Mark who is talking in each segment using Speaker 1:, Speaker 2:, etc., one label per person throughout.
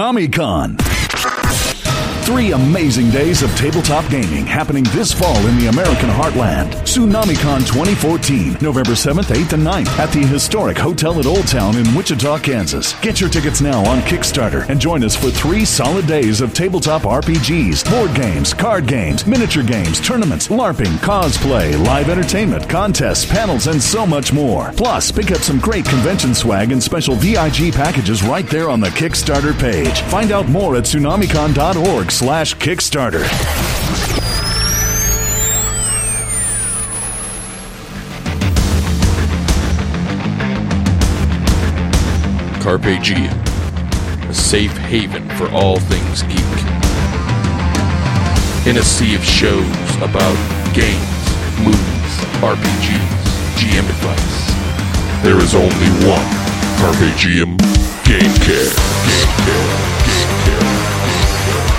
Speaker 1: TsunamiCon. Three amazing days of tabletop gaming happening this fall in the American heartland. TsunamiCon 2014, November 7th, 8th, and 9th at the historic Hotel at Old Town in Wichita, Kansas. Get your tickets now on Kickstarter and join us for three solid days of tabletop RPGs, board games, card games, miniature games, tournaments, LARPing, cosplay, live entertainment, contests, panels, and so much more. Plus, pick up some great convention swag and special VIG packages right there on the Kickstarter page. Find out more at tsunamicon.org slash Kickstarter.
Speaker 2: Carpe Diem, a safe haven for all things geek. In a sea of shows about games, movies, RPGs, GM advice, there is only one Carpe Diem Game Care. Game Care. Game Care.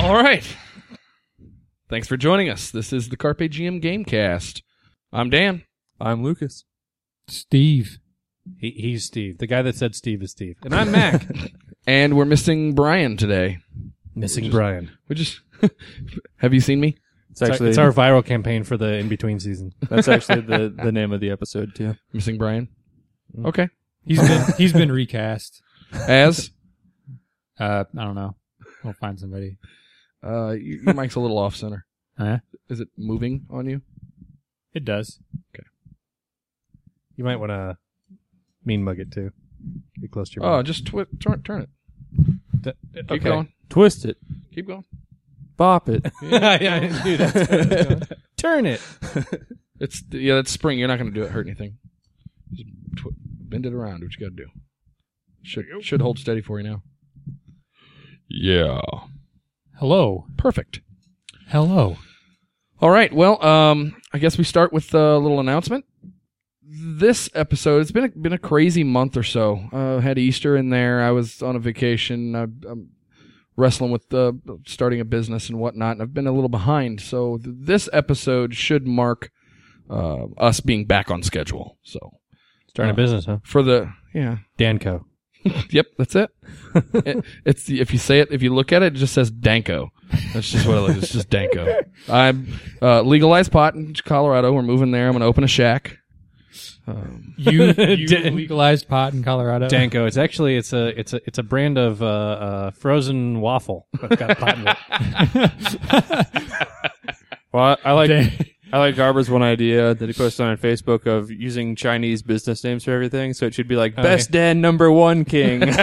Speaker 3: All right. Thanks for joining us. This is the Carpe GM Gamecast. I'm Dan.
Speaker 4: I'm Lucas.
Speaker 5: Steve.
Speaker 6: He, he's Steve. The guy that said Steve is Steve. And I'm Mac.
Speaker 3: And we're missing Brian today.
Speaker 6: Missing Brian.
Speaker 3: We just have you seen me?
Speaker 4: It's
Speaker 6: It's,
Speaker 4: actually
Speaker 6: our, it's our viral campaign for the in between season.
Speaker 4: that's actually the, the name of the episode too.
Speaker 3: Missing Brian. Okay.
Speaker 5: He's been he's been recast.
Speaker 3: As
Speaker 5: Uh, I don't know. We'll find somebody.
Speaker 3: uh, y- your mic's a little off center.
Speaker 5: Huh?
Speaker 3: Is it moving on you?
Speaker 5: It does.
Speaker 6: You might want to mean mug it too. Get close to your
Speaker 3: Oh,
Speaker 6: mouth.
Speaker 3: just twi- turn turn it.
Speaker 6: Th-
Speaker 3: Keep
Speaker 6: okay.
Speaker 3: going.
Speaker 4: Twist it,
Speaker 3: Keep going.
Speaker 4: bop it.
Speaker 6: yeah, I didn't do that. Turn it.
Speaker 3: It's yeah, that's spring. You're not going to do it hurt anything. Just tw- bend it around. What you got to do? Should should hold steady for you now.
Speaker 2: Yeah.
Speaker 5: Hello.
Speaker 3: Perfect.
Speaker 5: Hello.
Speaker 3: All right. Well, um, I guess we start with a little announcement. This episode, it's been a, been a crazy month or so. Uh, had Easter in there. I was on a vacation. I, I'm wrestling with uh, starting a business and whatnot. And I've been a little behind. So th- this episode should mark uh, us being back on schedule. So
Speaker 6: Starting a business, huh?
Speaker 3: for the yeah,
Speaker 6: Oh. Danco.
Speaker 3: yep, that's it. It- It's the- if you say it, if you look at it, it just says Danko. That's just what it is. It's just Danko. I'm uh, legalized pot in Colorado. We're moving there. I'm gonna open a shack. Um,
Speaker 5: You, you
Speaker 6: Dan-
Speaker 5: legalized pot in Colorado.
Speaker 6: Danko. It's actually it's a it's a it's a brand of uh, uh, frozen waffle. That's got pot in it.
Speaker 4: Well, I, I like
Speaker 5: Dan-
Speaker 4: I like Garber's one idea that he posted on Facebook of using Chinese business names for everything. So it should be like Best Dan Number One King.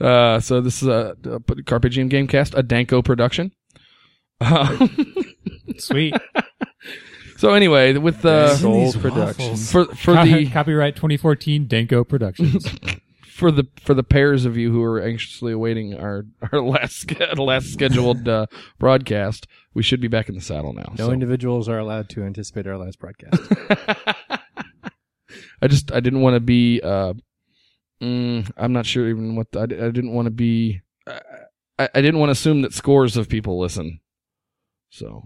Speaker 3: uh, so this is a, a Carpe Diem Gamecast, a Danko production. Uh,
Speaker 5: Sweet.
Speaker 3: so anyway, with uh,
Speaker 4: Soul
Speaker 5: These
Speaker 4: Productions.
Speaker 5: waffles.
Speaker 3: for for
Speaker 5: Co-
Speaker 3: the
Speaker 5: copyright 2014 Danko Productions.
Speaker 3: for the for the pairs of you who are anxiously awaiting our our last sch- last scheduled uh, broadcast, we should be back in the saddle now.
Speaker 6: No
Speaker 3: So-
Speaker 6: individuals are allowed to anticipate our last broadcast.
Speaker 3: I just I didn't want to be. Uh, mm, I'm not sure even what the, I, di- I didn't want to be. I, I I didn't want to assume that scores of people listen. So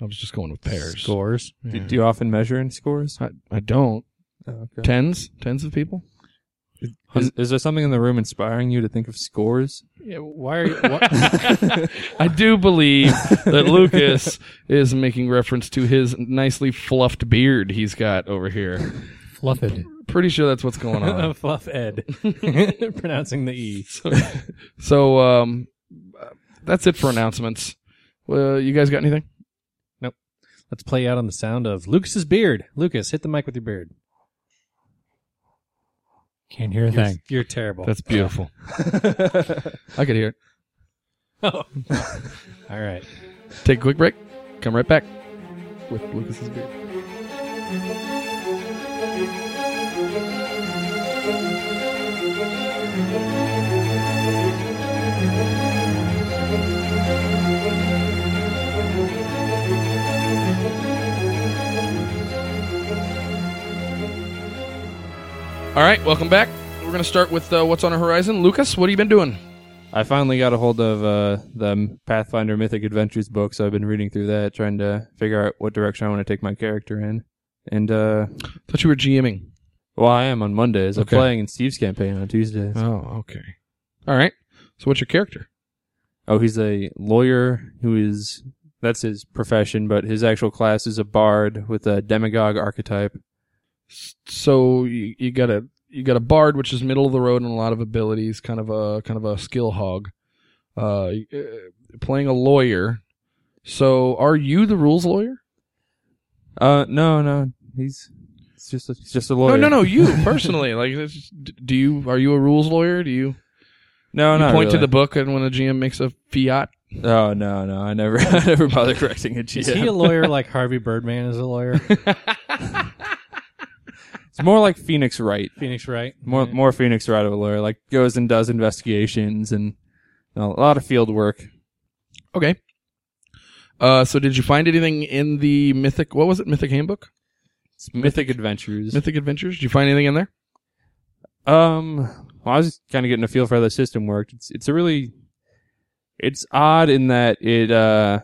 Speaker 3: I was just going with pairs.
Speaker 6: Scores.
Speaker 4: do,
Speaker 3: Yeah.
Speaker 4: do you often measure in scores?
Speaker 3: I, I don't
Speaker 4: Oh, okay.
Speaker 3: tens tens of people.
Speaker 4: Is, is there something in the room inspiring you to think of scores?
Speaker 5: yeah, why are you? What?
Speaker 3: I do believe that Lucas is making reference to his nicely fluffed beard he's got over here.
Speaker 5: Fluffed.
Speaker 3: Pretty sure that's what's going on.
Speaker 6: Fluff Ed. Pronouncing the E.
Speaker 3: So um, that's it for announcements. Well, you guys got anything?
Speaker 6: Let's play out on the sound of Lucas's beard. Lucas, hit the mic with your beard.
Speaker 5: Can't hear a
Speaker 6: You're,
Speaker 5: thing.
Speaker 6: you're terrible.
Speaker 3: That's beautiful. I could hear it.
Speaker 6: All right.
Speaker 3: Take a quick break. Come right back with Lucas's beard. All right, welcome back. We're going to start with uh, what's on our horizon. Lucas, what have you been doing?
Speaker 4: I finally got a hold of uh, the Pathfinder Mythic Adventures book, so I've been reading through that, trying to figure out what direction I want to take my character in. And uh,
Speaker 3: Thought you were GMing.
Speaker 4: well, I am on Mondays.
Speaker 3: Okay.
Speaker 4: I'm playing in Steve's campaign on Tuesdays.
Speaker 3: Oh, okay. All right. So, what's your character?
Speaker 4: Oh, he's a lawyer who is that's his profession, but his actual class is a bard with a demagogue archetype.
Speaker 3: S- So you, you got a you got a bard, which is middle of the road and a lot of abilities, kind of a kind of a skill hog. Uh, y- uh, playing a lawyer. So, are you the rules lawyer?
Speaker 4: Uh, no, no, he's it's just a, he's just a lawyer.
Speaker 3: No, no, no. You personally, like, it's just- d- do you are you a rules lawyer? Do you,
Speaker 4: no,
Speaker 3: you
Speaker 4: not
Speaker 3: point to the
Speaker 4: really.
Speaker 3: book and when a GM makes a fiat?
Speaker 4: Oh no, no, I never, I never bother correcting a GM.
Speaker 6: Is he a lawyer like Harvey Birdman is a lawyer?
Speaker 4: it's more like Phoenix Wright.
Speaker 6: Phoenix Wright.
Speaker 4: More, more Phoenix Wright of a lawyer. Like goes and does investigations and a lot of field work.
Speaker 3: Okay. Uh, so did you find anything in the mythic? What was it? Mythic handbook?
Speaker 4: It's mythic adventures.
Speaker 3: Mythic adventures? Did you find anything in there?
Speaker 4: Um, well, I was kind of getting a feel for how the system worked. It's it's a really, it's odd in that it. uh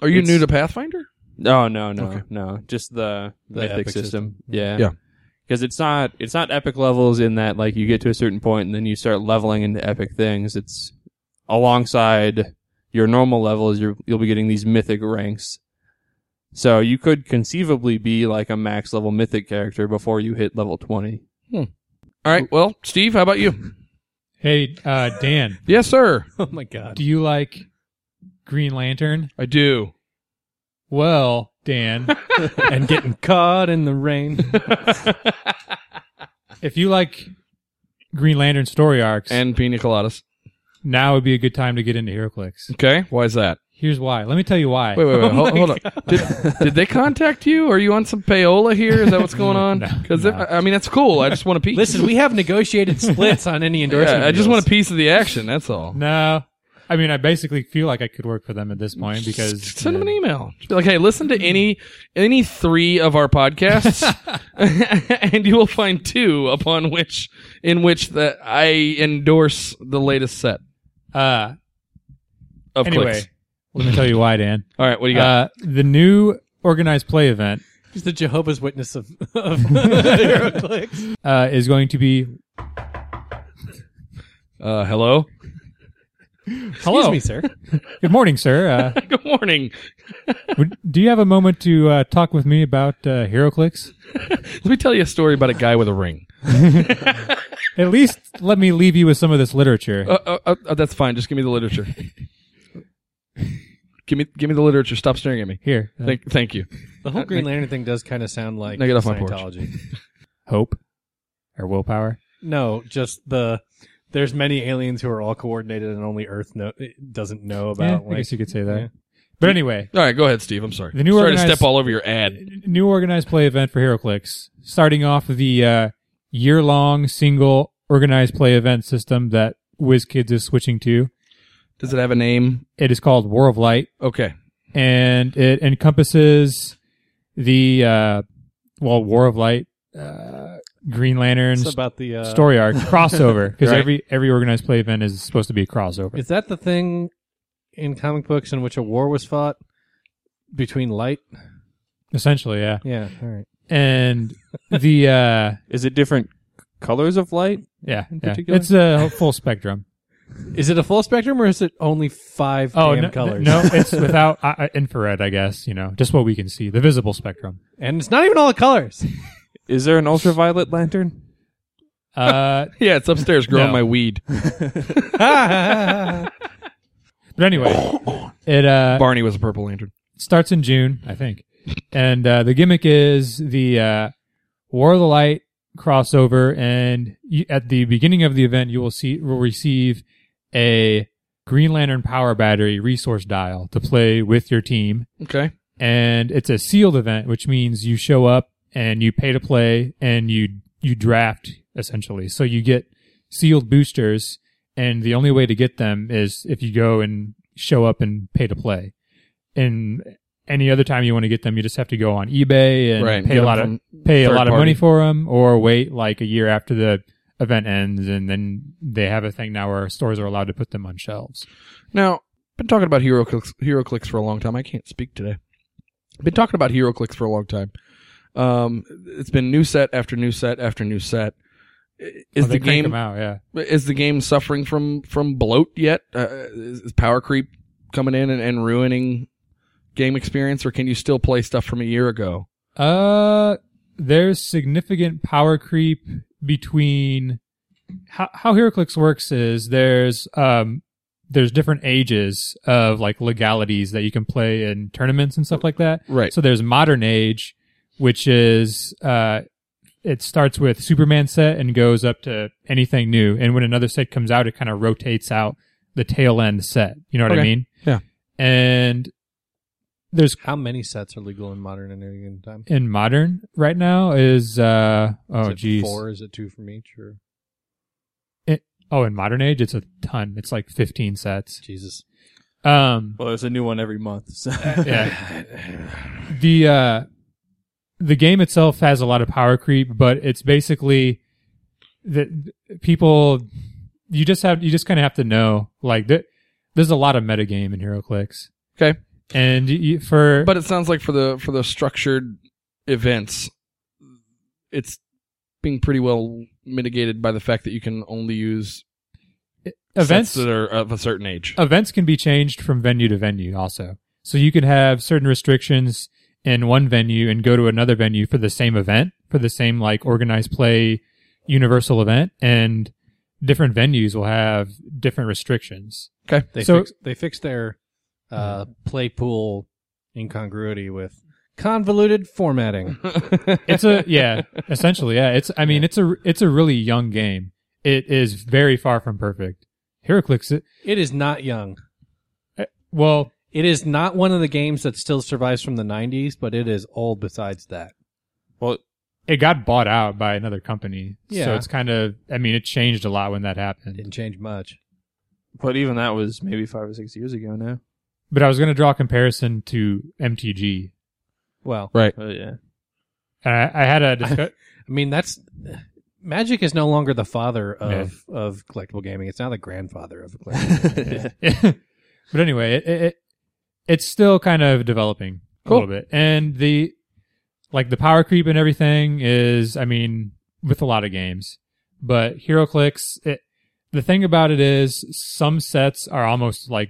Speaker 3: Are you
Speaker 4: It's-
Speaker 3: new to Pathfinder?
Speaker 4: No, no, no,
Speaker 3: Okay.
Speaker 4: no. Just the the,
Speaker 6: The
Speaker 4: epic,
Speaker 6: epic
Speaker 4: system. Mm-hmm.
Speaker 6: system.
Speaker 4: Yeah,
Speaker 3: Yeah.
Speaker 4: Because it's not it's not epic levels in that like you get to a certain point and then you start leveling into epic things. It's alongside your normal levels. You you'll be getting these mythic ranks. So you could conceivably be like a max level mythic character before you hit level twenty.
Speaker 3: All right. Well, Steve, how about you?
Speaker 5: Hey, uh, Dan,
Speaker 3: Yes, sir.
Speaker 6: Oh my god.
Speaker 5: do you like Green Lantern?
Speaker 3: I do.
Speaker 5: Well, Dan,
Speaker 6: and getting caught in the rain.
Speaker 5: if you like Green Lantern story arcs,
Speaker 3: And pina coladas.
Speaker 5: now would be a good time to get into HeroClix.
Speaker 3: Okay. Why is that?
Speaker 5: Here's why. Let me tell you why.
Speaker 3: Wait, wait, wait. hold, hold on. Did, did they contact you? Are you on some payola here? Is that what's going on?
Speaker 5: No,
Speaker 3: Because
Speaker 5: no.
Speaker 3: I I mean, that's cool. I just want a piece.
Speaker 6: Listen, we have negotiated splits on any endorsement.
Speaker 3: Yeah, I just
Speaker 6: deals.
Speaker 3: want a piece of the action. That's all.
Speaker 5: No. I mean, I basically feel like I could work for them at this point because
Speaker 3: Send them an email. Just be like, hey, listen to any any three of our podcasts, and you will find two upon which in which that I endorse the latest set
Speaker 5: Uh,
Speaker 3: of
Speaker 5: anyway,
Speaker 3: clicks.
Speaker 5: let me tell you why, Dan.
Speaker 3: All right, what do you got?
Speaker 5: Uh, the new organized play event
Speaker 6: He's the Jehovah's Witness of, of HeroClix.
Speaker 5: uh, is going to be
Speaker 3: Uh, hello.
Speaker 5: hello.
Speaker 6: Excuse me, sir.
Speaker 5: Good morning, sir. Uh,
Speaker 3: Good morning.
Speaker 5: would, do you have a moment to uh, talk with me about uh, HeroClix?
Speaker 3: Let me tell you a story about a guy with a ring.
Speaker 5: At least let me leave you with some of this literature.
Speaker 3: Uh, uh, uh, uh, that's fine. Just give me the literature. give me give me the literature. Stop staring at me.
Speaker 5: Here, uh,
Speaker 3: Thank thank you.
Speaker 6: The whole Green Lantern thing does kind of sound like
Speaker 3: Now get off my porch.
Speaker 6: Scientology.
Speaker 5: hope or willpower.
Speaker 6: No, just the there's many aliens who are all coordinated and only Earth know, doesn't know
Speaker 5: Yeah,
Speaker 6: about.
Speaker 5: I guess you could say that.
Speaker 6: yeah.
Speaker 5: But anyway,
Speaker 3: All right, go ahead, Steve. I'm sorry.
Speaker 5: The new
Speaker 3: sorry to
Speaker 5: organized-
Speaker 3: step all over your ad.
Speaker 5: new organized play event for HeroClix, starting off with the uh, year-long single organized play event system that WizKids is switching to.
Speaker 3: Does it have a name?
Speaker 5: It is called War of Light,
Speaker 3: Okay.
Speaker 5: and it encompasses the uh, well, War of Light, uh, Green Lantern
Speaker 6: it's about the uh,
Speaker 5: story arc crossover because
Speaker 3: Right.
Speaker 5: every every organized play event is supposed to be a crossover.
Speaker 6: Is that the thing in comic books in which a war was fought between light?
Speaker 5: essentially, yeah.
Speaker 6: Yeah. All right.
Speaker 5: And the uh,
Speaker 4: Is it different colors of light?
Speaker 5: yeah, yeah.
Speaker 4: particular?
Speaker 5: it's a full spectrum.
Speaker 6: Is it a full spectrum or is it only five
Speaker 5: Oh,
Speaker 6: damn
Speaker 5: no,
Speaker 6: colors?
Speaker 5: no, it's without uh, uh, infrared, I guess, you know, just what we can see, the visible spectrum.
Speaker 6: and it's not even all the colors.
Speaker 4: Is there an ultraviolet lantern?
Speaker 5: Uh,
Speaker 3: Yeah, it's upstairs growing
Speaker 5: No.
Speaker 3: my weed.
Speaker 5: but anyway, it uh,
Speaker 3: Barney was a purple lantern.
Speaker 5: starts in June, I think. And uh, the gimmick is the uh, War of the Light crossover, and you, at the beginning of the event, you will see will receive a Green Lantern power battery resource dial to play with your team,
Speaker 3: Okay.
Speaker 5: and it's a sealed event, which means you show up and you pay to play and you you draft essentially. So you get sealed boosters, and the only way to get them is if you go and show up and pay to play. And any other time you want to get them, you just have to go on eBay and
Speaker 3: Right,
Speaker 5: pay
Speaker 3: get
Speaker 5: a
Speaker 3: them
Speaker 5: lot of
Speaker 3: from
Speaker 5: pay a
Speaker 3: third
Speaker 5: lot of
Speaker 3: party.
Speaker 5: money for them, or wait like a year after the event ends, and then they have a thing now where stores are allowed to put them on shelves.
Speaker 3: Now, been talking about hero clicks, hero clicks for a long time. I can't speak today. Been talking about hero clicks for a long time. Um, it's been new set after new set after new set. I- Is
Speaker 5: Oh, they
Speaker 3: the
Speaker 5: crank
Speaker 3: game
Speaker 5: them out? Yeah,
Speaker 3: is the game suffering from from bloat yet? Uh, is, is power creep coming in and, and ruining game experience, or can you still play stuff from a year ago?
Speaker 5: Uh, there's significant power creep between how how HeroClix works is there's um there's different ages of like legalities that you can play in tournaments and stuff like that.
Speaker 3: Right.
Speaker 5: So there's modern age, which is uh it starts with Superman set and goes up to anything new. And when another set comes out, it kind of rotates out the tail end set. You know what I
Speaker 3: Okay.
Speaker 5: mean?
Speaker 3: Yeah.
Speaker 5: And there's
Speaker 6: How many sets are legal in modern at any given time?
Speaker 5: in modern right now is uh
Speaker 6: Is
Speaker 5: oh
Speaker 6: it
Speaker 5: geez
Speaker 6: Four? Is it two from each? Or
Speaker 5: oh in modern age it's a ton it's like 15 sets
Speaker 6: Jesus.
Speaker 5: um
Speaker 4: Well, there's a new one every month. So.
Speaker 5: yeah the uh the game itself has a lot of power creep but it's basically that people you just have you just kind of have to know like that there's a lot of metagame in HeroClix
Speaker 3: Okay.
Speaker 5: and you, for
Speaker 3: But it sounds like for the for the structured events, it's being pretty well mitigated by the fact that you can only use
Speaker 5: events
Speaker 3: sets that are of a certain age.
Speaker 5: events can be changed from venue to venue also. So you can have certain restrictions in one venue and go to another venue for the same event, for the same like organized play universal event and different venues will have different restrictions.
Speaker 3: Okay.
Speaker 6: They
Speaker 5: So- Hmm.
Speaker 6: fixed, they fixed their uh, play pool incongruity with convoluted formatting.
Speaker 5: It's a yeah, essentially yeah, it's I mean it's a it's a really young game. It is very far from perfect. HeroClix it
Speaker 6: it is not young.
Speaker 5: well
Speaker 6: It is not one of the games that still survives from the 90s, but it is old besides that.
Speaker 4: well,
Speaker 5: it got bought out by another company. So
Speaker 6: Yeah.
Speaker 5: it's kind of I mean it changed a lot when that happened.
Speaker 6: Didn't change much.
Speaker 4: but even that was maybe five or six years ago now.
Speaker 5: But I was going to draw a comparison to MTG.
Speaker 6: Well,
Speaker 3: Right.
Speaker 4: Oh yeah.
Speaker 5: And I, I had a discu-
Speaker 6: I mean, that's Magic is no longer the father of of collectible gaming. It's now the grandfather of collectible gaming.
Speaker 5: but anyway, it, it, it it's still kind of developing
Speaker 3: Cool.
Speaker 5: a little bit, and the like the power creep and everything is, I mean, with a lot of games. But HeroClix, it, the thing about it is, some sets are almost like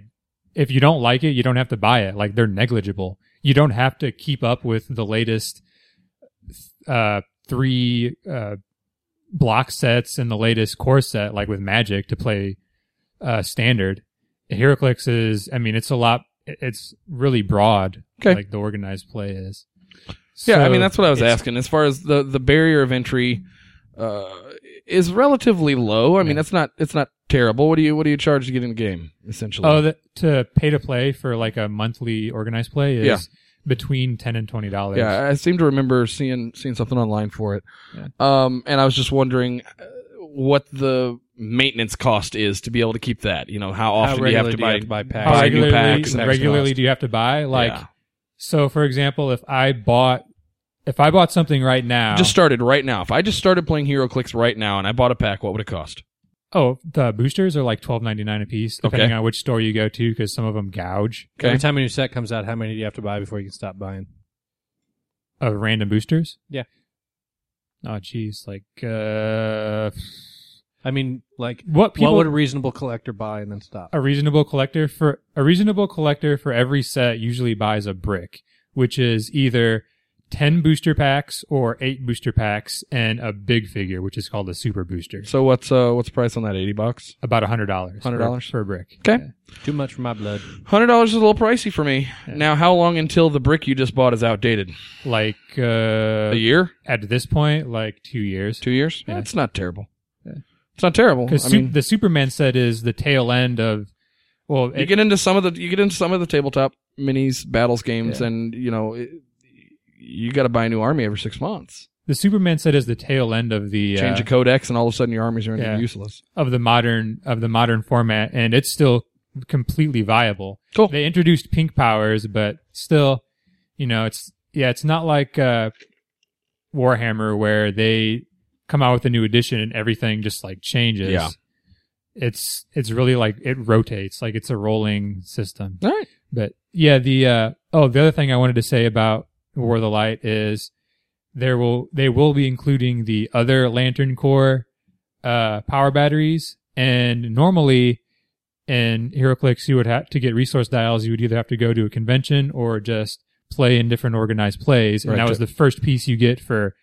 Speaker 5: if you don't like it, you don't have to buy it. Like they're negligible. You don't have to keep up with the latest uh, three uh, block sets and the latest core set, like with Magic, to play uh, standard. HeroClix is, I mean, it's a lot. It's really broad.
Speaker 3: Okay.
Speaker 5: Like the organized play is.
Speaker 3: Yeah, I
Speaker 5: So
Speaker 3: mean that's what I was
Speaker 5: it's-
Speaker 3: asking. As far as the the barrier of entry uh, is relatively low. I mean, it's not it's not terrible. What do you what do you charge to get in the game essentially?
Speaker 5: Oh, the, to pay to play for like a monthly organized play is
Speaker 3: Yeah.
Speaker 5: between ten and twenty dollars.
Speaker 3: yeah, I seem to remember seeing seeing something online for it. Um, and I was just wondering uh, what the maintenance cost is to be able to keep that. You know, how often do you have
Speaker 6: regularly
Speaker 3: to
Speaker 6: do you
Speaker 3: buy
Speaker 6: have to buy packs?
Speaker 5: How
Speaker 3: buy new
Speaker 5: regularly,
Speaker 3: packs and
Speaker 5: regularly do you have to buy? Like,
Speaker 3: Yeah.
Speaker 5: so for example, if I bought, if I bought something right now,
Speaker 3: Just started right now. If I just started playing HeroClix right now and I bought a pack, what would it cost?
Speaker 5: oh, the boosters are like twelve ninety nine a piece, depending
Speaker 3: Okay.
Speaker 5: on which store you go to, because some of them gouge
Speaker 3: Okay.
Speaker 6: Every time a new set comes out, how many do you have to buy before you can stop buying?
Speaker 5: of random boosters.
Speaker 6: Yeah.
Speaker 5: Oh, geez, like uh,
Speaker 6: I mean, like,
Speaker 5: what people
Speaker 6: what would a reasonable collector buy and then stop?
Speaker 5: a reasonable collector for a reasonable collector for every set usually buys a brick, which is either 10 booster packs or 8 booster packs and a big figure which is called a super booster.
Speaker 3: So what's uh what's the price on that? Eighty bucks.
Speaker 5: About $100.
Speaker 3: $100?
Speaker 5: for, for a brick.
Speaker 3: Okay.
Speaker 6: Too much for my blood.
Speaker 3: Hundred dollars is a little pricey for me. Now, how long until the brick you just bought is outdated?
Speaker 5: Like
Speaker 3: A
Speaker 5: uh
Speaker 3: year,
Speaker 5: at this point like 2 years.
Speaker 3: two years? Yeah, it's not terrible. It's not terrible.
Speaker 5: Cuz
Speaker 3: I mean,
Speaker 5: the Superman set is the tail end of well,
Speaker 3: you
Speaker 5: it-
Speaker 3: get into some of the you get into some of the tabletop minis battles games, and you know it, you got to buy a new army every six months.
Speaker 5: the Superman set is the tail end of the
Speaker 3: Change
Speaker 5: uh,
Speaker 3: a codex, and all of a sudden your armies are
Speaker 5: Yeah.
Speaker 3: useless.
Speaker 5: of the modern of the modern format, and it's still completely viable.
Speaker 3: Cool.
Speaker 5: They introduced pink powers, but still, You know, it's yeah, it's not like uh, Warhammer where they come out with a new edition and everything just like changes.
Speaker 3: Yeah.
Speaker 5: It's it's really like it rotates, like it's a rolling system.
Speaker 3: All right.
Speaker 5: But yeah, the uh, oh, the other thing I wanted to say about War of the Light is there will they will be including the other Lantern Core uh, power batteries, and normally in HeroClix you would have to get resource dials. You would either have to go to a convention or just play in different organized plays, and
Speaker 3: Right.
Speaker 5: that was the first piece you get for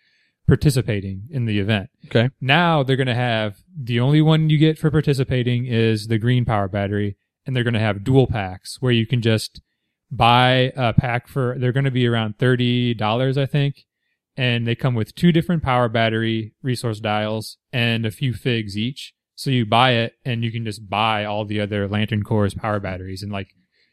Speaker 5: participating in the event.
Speaker 3: Okay.
Speaker 5: Now they're going to have the only one you get for participating is the green power battery, and they're going to have dual packs where you can just buy a pack for. They're going to be around thirty dollars, I think, and they come with two different power battery resource dials and a few figs each. So you buy it, and you can just buy all the other Lantern Core's power batteries, and like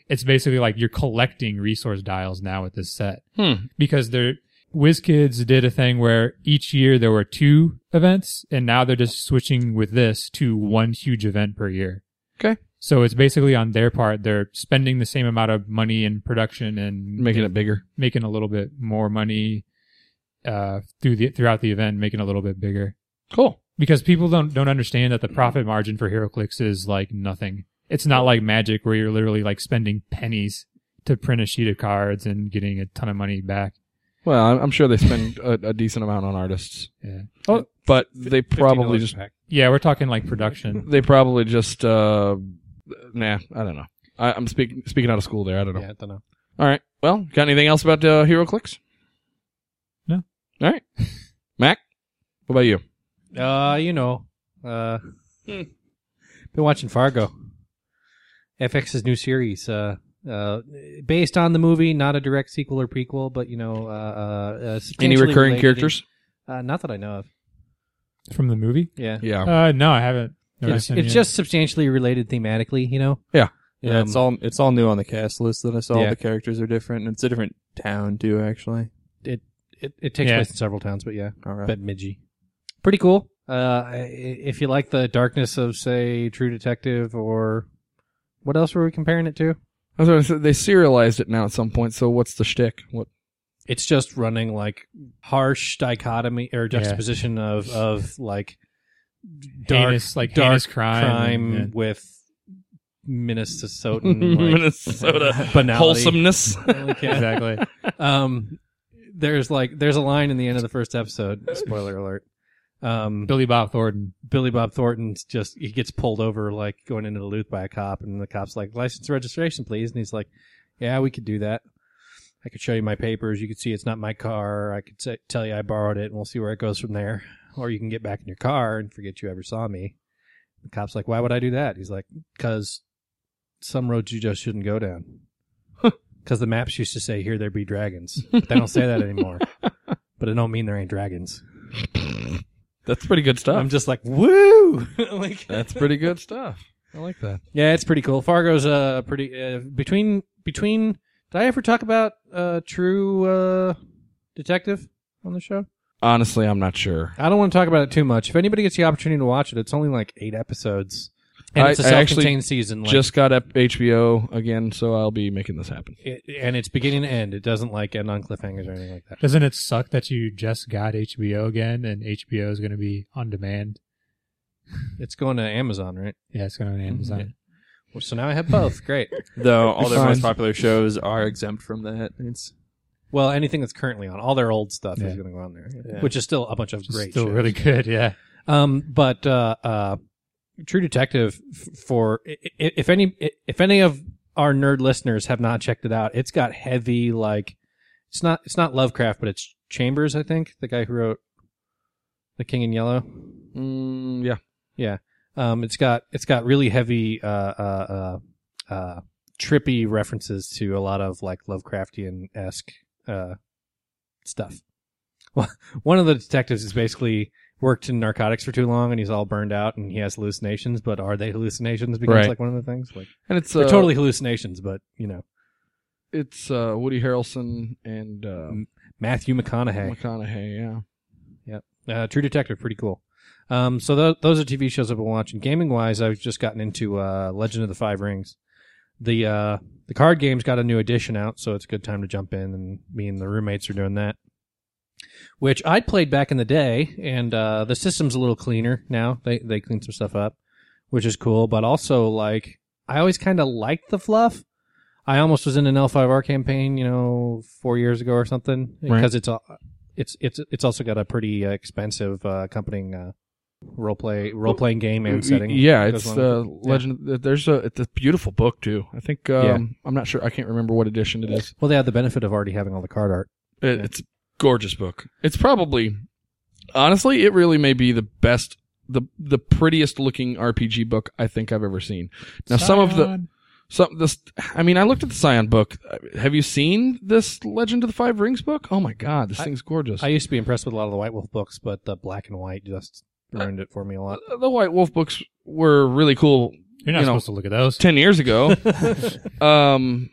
Speaker 5: it's basically like you're collecting resource dials now with this set
Speaker 3: Hmm.
Speaker 5: because they're WizKids did a thing where each year there were two events, and now they're just switching with this to one huge event per year.
Speaker 3: Okay.
Speaker 5: So it's basically on their part; they're spending the same amount of money in production and
Speaker 3: Making it bigger.
Speaker 5: making a little bit more money uh, through the throughout the event, making it a little bit bigger.
Speaker 3: Cool.
Speaker 5: Because people don't don't understand that the profit margin for HeroClix is like nothing. It's not like Magic where you're literally like spending pennies to print a sheet of cards and getting a ton of money back.
Speaker 3: Well, I'm, I'm sure they spend a, a decent amount on artists.
Speaker 5: Yeah.
Speaker 3: But they probably just
Speaker 5: Yeah, we're talking like production.
Speaker 3: they probably just uh nah, I don't know. I, I'm speaking speaking out of school there. I don't know.
Speaker 6: Yeah, I don't know.
Speaker 3: All right. Well, got anything else about uh, HeroClix?
Speaker 5: No.
Speaker 3: All right. Mac, what about you?
Speaker 6: Uh, you know, uh, been watching Fargo. FX's new series, uh, uh, based on the movie, not a direct sequel or prequel, but you know, uh, uh, uh,
Speaker 3: Any
Speaker 6: substantially
Speaker 3: recurring
Speaker 6: related.
Speaker 3: characters?
Speaker 6: Uh, not that I know of.
Speaker 5: From the movie?
Speaker 6: Yeah,
Speaker 3: Yeah.
Speaker 5: Uh, no, I haven't.
Speaker 6: it's,
Speaker 5: noticed any
Speaker 6: it's
Speaker 5: yet.
Speaker 6: just substantially related thematically. You know,
Speaker 4: Yeah,
Speaker 6: Um,
Speaker 4: it's all it's all new on the cast list that I saw.
Speaker 6: Yeah.
Speaker 4: The characters are different, and it's a different town too, actually.
Speaker 6: it, it takes
Speaker 5: Yeah.
Speaker 6: place in several towns, but yeah,
Speaker 4: All right.
Speaker 6: Bedmidji. Pretty cool. Uh, I- if you like the darkness of, say, True Detective or what else were we comparing it to?
Speaker 3: I was gonna say, they serialized it now at some point. So what's the shtick? What?
Speaker 6: It's just running like harsh dichotomy or juxtaposition of of like dark
Speaker 5: heinous, like
Speaker 6: dark
Speaker 5: heinous crime.
Speaker 6: crime
Speaker 5: and-
Speaker 6: with Minnesotan like,
Speaker 3: Minnesota
Speaker 6: banality.
Speaker 3: wholesomeness.
Speaker 5: yeah,
Speaker 6: Okay.
Speaker 5: exactly.
Speaker 6: um, there's like there's a line in the end of the first episode. Spoiler alert. Um,
Speaker 5: Billy Bob Thornton.
Speaker 6: Billy Bob Thornton's just he gets pulled over like going into Duluth by a cop, and the cop's like, "License registration, please." And he's like, "Yeah, we could do that. I could show you my papers. You could see it's not my car. I could say, tell you I borrowed it, and we'll see where it goes from there. Or you can get back in your car and forget you ever saw me." The cop's like, "Why would I do that?" He's like, "Cause some roads you just shouldn't go down. Cause the maps used to say here there be dragons. But they don't say that anymore. But I don't mean there ain't dragons.
Speaker 3: That's pretty good stuff.
Speaker 6: I'm just like, woo! like
Speaker 3: That's pretty good stuff. I like that.
Speaker 6: Yeah, it's pretty cool. Fargo's uh pretty uh, between between. Did I ever talk about uh True uh Detective on the show?
Speaker 3: Honestly, I'm not sure.
Speaker 6: I don't want to talk about it too much. If anybody gets the opportunity to watch it, it's only like eight episodes, and
Speaker 3: I-
Speaker 6: it's a
Speaker 3: I actually
Speaker 6: self-contained season. Like,
Speaker 3: Just got up HBO again, so I'll be making this happen.
Speaker 6: it, and it's beginning to end. It doesn't like end on cliffhangers or anything like that.
Speaker 5: Doesn't it suck that you just got HBO again and HBO is going to be on demand?
Speaker 6: It's going to Amazon, right?
Speaker 5: Yeah, it's going to be on Amazon.
Speaker 6: Well, So now I have both. Great.
Speaker 4: Though all their
Speaker 3: Fine.
Speaker 4: most popular shows are exempt from that. It's
Speaker 6: Well, anything that's currently on, all their old stuff
Speaker 5: Yeah.
Speaker 6: is going to go on there,
Speaker 4: Yeah.
Speaker 6: which is still a bunch of
Speaker 5: Which is
Speaker 6: great.
Speaker 5: still
Speaker 6: shows.
Speaker 5: really good. Yeah.
Speaker 6: Um, but uh, uh, True Detective f- for i- i- if any if any of our nerd listeners have not checked it out, it's got heavy like it's not it's not Lovecraft, but it's Chambers, I think, the guy who wrote The King in Yellow.
Speaker 3: Mm, yeah.
Speaker 6: Um, it's got it's got really heavy uh, uh, uh, uh, trippy references to a lot of like Lovecraftian esque uh, stuff. Well, One of the detectives is basically worked in narcotics for too long, and he's all burned out, and he has hallucinations. But are they hallucinations? Becomes
Speaker 3: Right.
Speaker 6: like one of the things. Like
Speaker 3: And it's
Speaker 6: they're
Speaker 3: uh,
Speaker 6: totally hallucinations, but you know
Speaker 3: it's uh, Woody Harrelson and uh,
Speaker 6: Matthew McConaughey.
Speaker 3: McConaughey. Yeah.
Speaker 6: Uh, True Detective, pretty cool. Um, so th- those are TV shows I've been watching. Gaming wise, I've just gotten into uh, Legend of the Five Rings. the uh, the card game's got a new edition out, so it's a good time to jump in. And me and the roommates are doing that, which I played back in the day, and uh, the system's a little cleaner now. They they clean some stuff up, which is cool. But also, like, I always kind of liked the fluff. I almost was in an L5R campaign, you know, four years ago or something,
Speaker 5: Right.
Speaker 6: because it's a, it's it's it's also got a pretty uh, expensive uh, accompanying uh, role play role playing game and setting.
Speaker 3: Yeah,
Speaker 6: that goes
Speaker 3: it's
Speaker 6: along with
Speaker 3: uh,
Speaker 6: it. Yeah.
Speaker 3: Legend. There's a it's a beautiful book too. I think um, I'm not sure. I can't remember what edition it is.
Speaker 6: Well, they had the benefit of already having all the card art.
Speaker 3: It, It's a gorgeous book. It's probably, honestly, it really may be the best, the the prettiest looking RPG book I think I've ever seen. Now, some of the
Speaker 5: Scion.
Speaker 3: some this, I mean, I looked at the Scion book. Have you seen this Legend of the Five Rings book? Oh my God, this thing's gorgeous.
Speaker 6: I used to be impressed with a lot of the White Wolf books, but the black and white just ruined it for me a lot.
Speaker 3: the White Wolf books were really cool.
Speaker 5: You're not
Speaker 3: you know,
Speaker 5: supposed to look at those.
Speaker 3: 10 years ago. um,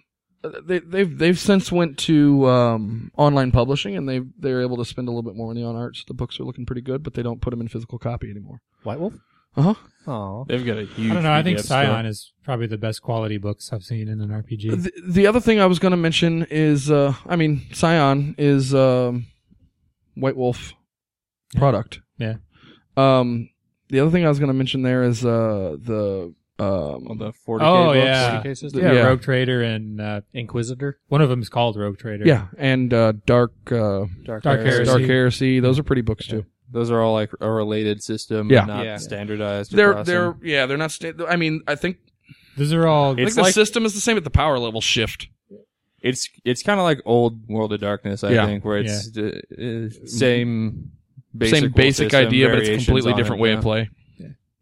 Speaker 3: they, they've they've since went to um, online publishing and they they're able to spend a little bit more money on art. So the books are looking pretty good, but they don't put them in physical copy anymore.
Speaker 6: White Wolf?
Speaker 3: Uh huh.
Speaker 6: Oh,
Speaker 4: They've got a huge.
Speaker 5: I don't know. I think
Speaker 4: PDF
Speaker 5: Scion is probably the best quality books I've seen in an RPG.
Speaker 3: The, the other thing I was going to mention is, uh, I mean, Scion is um, White Wolf product.
Speaker 5: Yeah.
Speaker 3: Um, the other thing I was going to mention there is uh, the
Speaker 4: store.
Speaker 3: um,
Speaker 4: the 40K
Speaker 5: Oh
Speaker 4: books.
Speaker 5: yeah.
Speaker 3: Yeah.
Speaker 5: yeah, Rogue Trader and uh,
Speaker 6: Inquisitor,
Speaker 5: one of them is called Rogue Trader.
Speaker 3: yeah, and uh, Dark uh,
Speaker 5: Dark Heresy.
Speaker 3: Dark Heresy. Those are pretty books too.
Speaker 4: Those are all like a related system,
Speaker 3: Yeah.
Speaker 4: not
Speaker 6: Yeah.
Speaker 4: standardized.
Speaker 3: They're
Speaker 4: across
Speaker 3: they're
Speaker 4: them.
Speaker 3: er, yeah they're not. Sta- I mean, I think
Speaker 5: these are all.
Speaker 3: I think
Speaker 4: It's
Speaker 3: the
Speaker 4: like-
Speaker 3: system is the same, but the power level shift.
Speaker 4: it's it's kind of like old World of Darkness, I
Speaker 3: Yeah.
Speaker 4: think, where it's the uh, same basic
Speaker 3: same
Speaker 4: rule
Speaker 3: basic
Speaker 4: system,
Speaker 3: idea, but it's a
Speaker 4: variations
Speaker 3: completely
Speaker 4: on it,
Speaker 3: different way
Speaker 4: yeah.
Speaker 3: of play.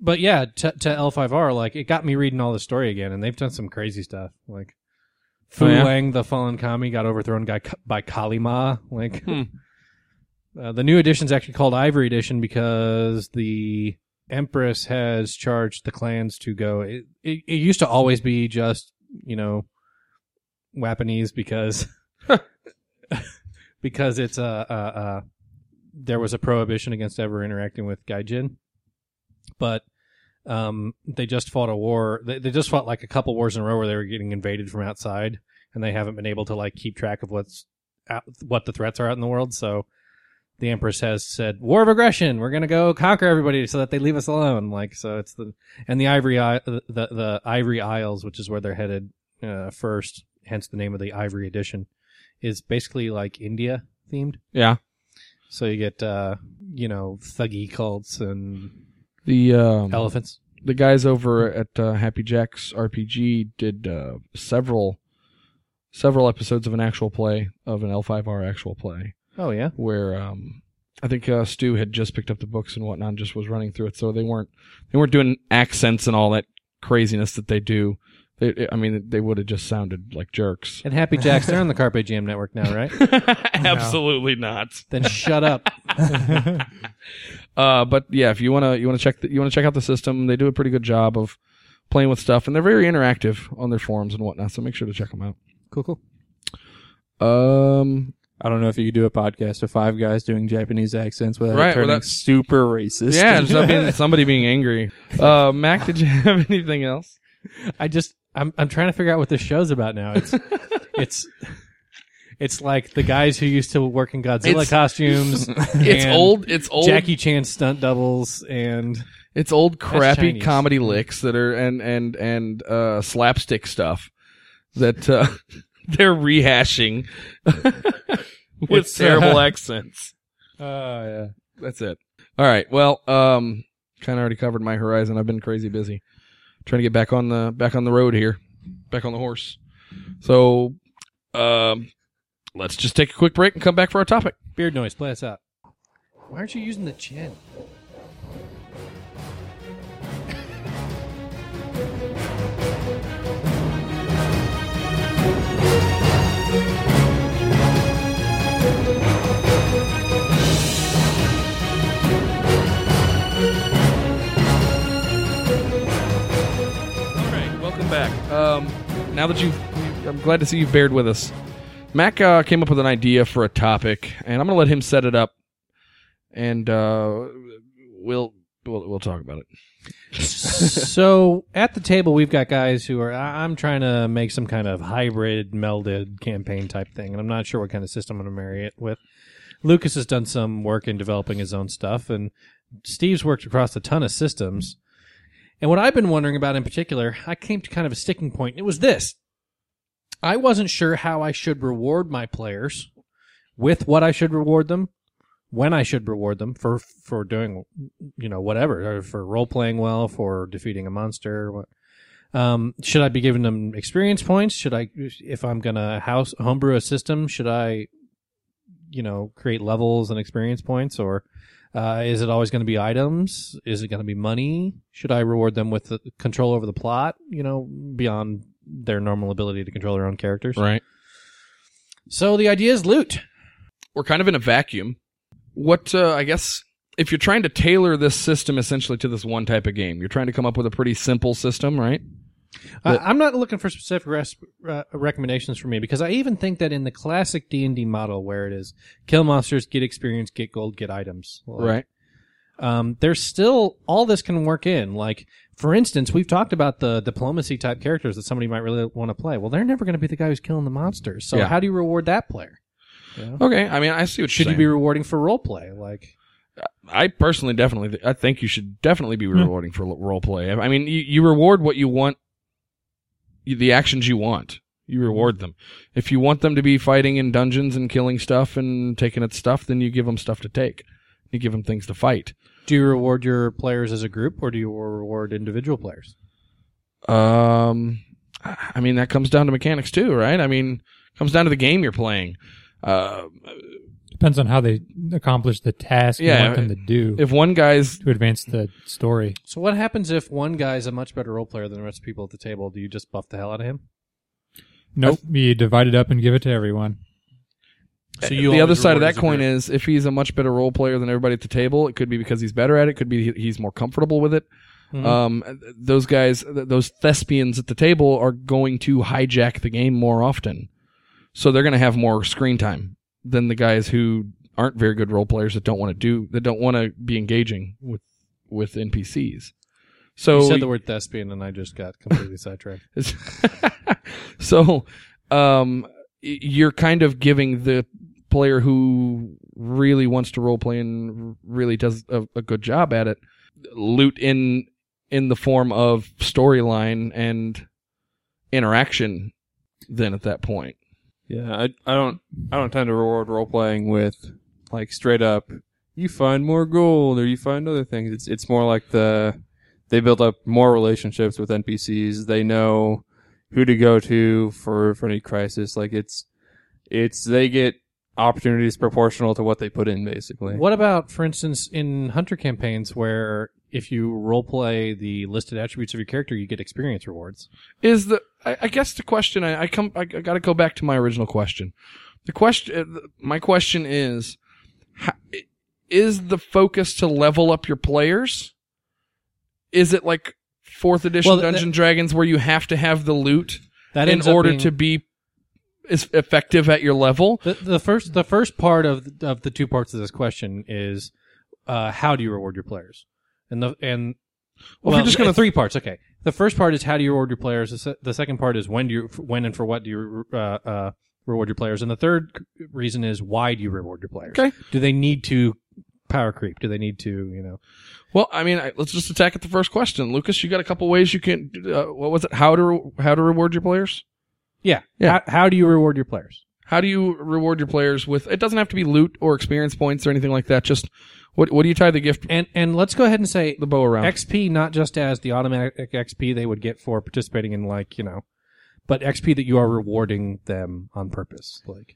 Speaker 6: but yeah, to, to L5R, like it got me reading all the story again, and they've done some crazy stuff. Like Fu
Speaker 3: Oh, yeah?
Speaker 6: Lang, the fallen kami, got overthrown guy by Kalima. Like
Speaker 3: Hmm.
Speaker 6: uh, the new edition's actually called Ivory Edition because the Empress has charged the clans to go. It, it, it used to always be just you know Wapanese because because it's uh, uh, uh, there was a prohibition against ever interacting with Gaijin, but um, they just fought a war. They, they just fought like a couple wars in a row where they were getting invaded from outside, and they haven't been able to like keep track of what's out, what the threats are out in the world. So the Empress has said, "War of aggression. We're gonna go conquer everybody so that they leave us alone." Like so, it's the and the Ivory I- the the Ivory Isles, which is where they're headed uh, first. Hence the name of the Ivory Edition, is basically like India themed.
Speaker 3: Yeah,
Speaker 6: So you get, uh, you know, thuggy cults and
Speaker 3: the um,
Speaker 6: elephants.
Speaker 3: the guys over at uh, Happy Jacks RPG did uh, several several episodes of an actual play of an L5R actual play
Speaker 6: Oh yeah,
Speaker 3: where um, I think uh, Stu had just picked up the books and whatnot, and just was running through it, so they weren't they weren't doing accents and all that craziness that they do. They, I mean, they would have just sounded like jerks.
Speaker 6: and Happy Jacks. They're on the Carpe Jam network now, right?
Speaker 3: Absolutely not.
Speaker 6: then shut up.
Speaker 3: Uh, but yeah, if you wanna you wanna check the, you wanna check out the system, they do a pretty good job of playing with stuff, and they're very interactive on their forums and whatnot. So make sure to check them out.
Speaker 6: Cool, cool.
Speaker 3: Um,
Speaker 4: I don't know if you could do a podcast of five guys doing Japanese accents without it
Speaker 3: Right,
Speaker 4: turning
Speaker 3: without-
Speaker 4: super racist.
Speaker 3: yeah, just not being, somebody being angry. Uh, Mac, did you have anything else?
Speaker 6: I just, I'm, I'm trying to figure out what this show's about now. It's, it's, it's like the guys who used to work in Godzilla
Speaker 3: It's-
Speaker 6: costumes.
Speaker 3: It's
Speaker 6: and
Speaker 3: old. It's old.
Speaker 6: Jackie Chan stunt doubles and
Speaker 3: It's old crappy
Speaker 6: Chinese.
Speaker 3: comedy licks that are and and and uh, slapstick stuff that uh, they're rehashing with
Speaker 5: It's, uh,
Speaker 3: terrible accents.
Speaker 5: Oh yeah.
Speaker 3: That's it. All right. Well, um, kind of already covered my horizon. I've been crazy busy trying to get back on the back on the road here, back on the horse. So, um, let's just take a quick break and come back for our topic.
Speaker 6: beard noise. Play us out. Why aren't you using the chin?
Speaker 3: All right. Welcome back. Um, now that you've, I'm glad to see you've bared with us. Mac uh, came up with an idea for a topic, and I'm gonna let him set it up, and uh, we'll We'll, we'll talk about it.
Speaker 6: so at the table we've got guys who are I- i'm trying to make some kind of hybrid melded campaign type thing and i'm not sure what kind of system i'm going to marry it with lucas has done some work in developing his own stuff and steve's worked across a ton of systems and what i've been wondering about in particular i came to kind of a sticking point and it was this i wasn't sure how i should reward my players with what i should reward them when I should reward them for for doing you know whatever or for role playing well for defeating a monster what um should I be giving them experience points should I if I'm going to house homebrew a system should I you know create levels and experience points or uh, is it always going to be items is it going to be money should I reward them with the control over the plot you know beyond their normal ability to control their own characters
Speaker 3: Right.
Speaker 6: so the idea is loot
Speaker 3: We're kind of in a vacuum. What uh, I guess if you're trying to tailor this system essentially to this one type of game, you're trying to come up with a pretty simple system, right?
Speaker 6: I I'm not looking for specific res- uh, recommendations for me because I even think that in the classic D and D model, where it is kill monsters, get experience, get gold, get items, like,
Speaker 3: Right.
Speaker 6: Um, there's still all this can work in. Like for instance, we've talked about the diplomacy type characters that somebody might really want to play. Well, they're never going to be the guy who's killing the monsters. So
Speaker 3: Yeah.
Speaker 6: how do you reward that player?
Speaker 3: Okay. I mean, I see what
Speaker 6: Should
Speaker 3: you're
Speaker 6: you
Speaker 3: saying.
Speaker 6: be rewarding for role play? Like
Speaker 3: I personally definitely I think you should definitely be rewarding for role play. I mean, you, you reward what you want, you- the actions you want. You reward them. If you want them to be fighting in dungeons and killing stuff and taking its stuff, then you give them stuff to take. You give them things to fight.
Speaker 6: do you reward your players as a group or do you reward individual players?
Speaker 3: Um, I mean, that comes down to mechanics too, right? I mean, comes down to the game you're playing. Uh,
Speaker 5: Depends on how they accomplish the task
Speaker 3: Yeah,
Speaker 5: you want them to do
Speaker 3: if one guy's
Speaker 5: to advance the story.
Speaker 6: So what happens if one guy's a much better role player than the rest of the people at the table? Do you just buff the hell out of him?
Speaker 5: Nope, you divide it up and give it to everyone.
Speaker 6: So
Speaker 3: the other side of that coin is if he's a much better role player than everybody at the table, it could be because he's better at it. Could be he- he's more comfortable with it. Um, those guys, th- those thespians at the table are going to hijack the game more often, so they're going to have more screen time than the guys who aren't very good role players that don't want to do that don't want to uh, be engaging with with NPCs. So
Speaker 6: you said the word thespian, and I just got completely sidetracked.
Speaker 3: is- so um y- you're kind of giving the player who really wants to role play and really does a, a good job at it loot in in the form of storyline and interaction then at that point
Speaker 4: Yeah, I, I don't I don't tend to reward role playing with like straight up you find more gold or you find other things. It's it's more like the they build up more relationships with NPCs. They know who to go to for for any crisis. Like it's it's they get opportunities proportional to what they put in basically.
Speaker 6: What about, for instance, in hunter campaigns where if you role play the listed attributes of your character, you get experience rewards?
Speaker 3: is the I, I guess the question I, I come I, got to go back to my original question. The question uh, th- my question is ho- i- is the focus to level up your players? Is it like fourth edition
Speaker 6: Well, th-
Speaker 3: Dungeon Dragons where you have to have the loot
Speaker 6: That
Speaker 3: in
Speaker 6: ends up
Speaker 3: order
Speaker 6: being-
Speaker 3: to be as effective at your level?
Speaker 6: The, the first the first part of of the two parts of this question is uh, how do you reward your players, and the and
Speaker 3: Well, if you're just gonna-
Speaker 6: uh, three parts. Okay, the first part is how do you reward your players. The, se- the second part is when do you when and for what do you uh, uh, reward your players, and the third reason is why do you reward your players?
Speaker 3: Okay.
Speaker 6: do they need to power creep? Do they need to you know?
Speaker 3: Well, I mean, I, let's just attack at the first question. Lucas, you got a couple ways you can uh, what was it? How to re- how to reward your players?
Speaker 6: Yeah,
Speaker 3: Yeah.
Speaker 6: How, how do you reward your players?
Speaker 3: How do you reward your players with? It doesn't have to be loot or experience points or anything like that. Just what what do you tie the gift
Speaker 6: And and let's go ahead and say
Speaker 3: the bow around?
Speaker 6: XP not just as the automatic XP they would get for participating in like, you know, but XP that you are rewarding them on purpose. Like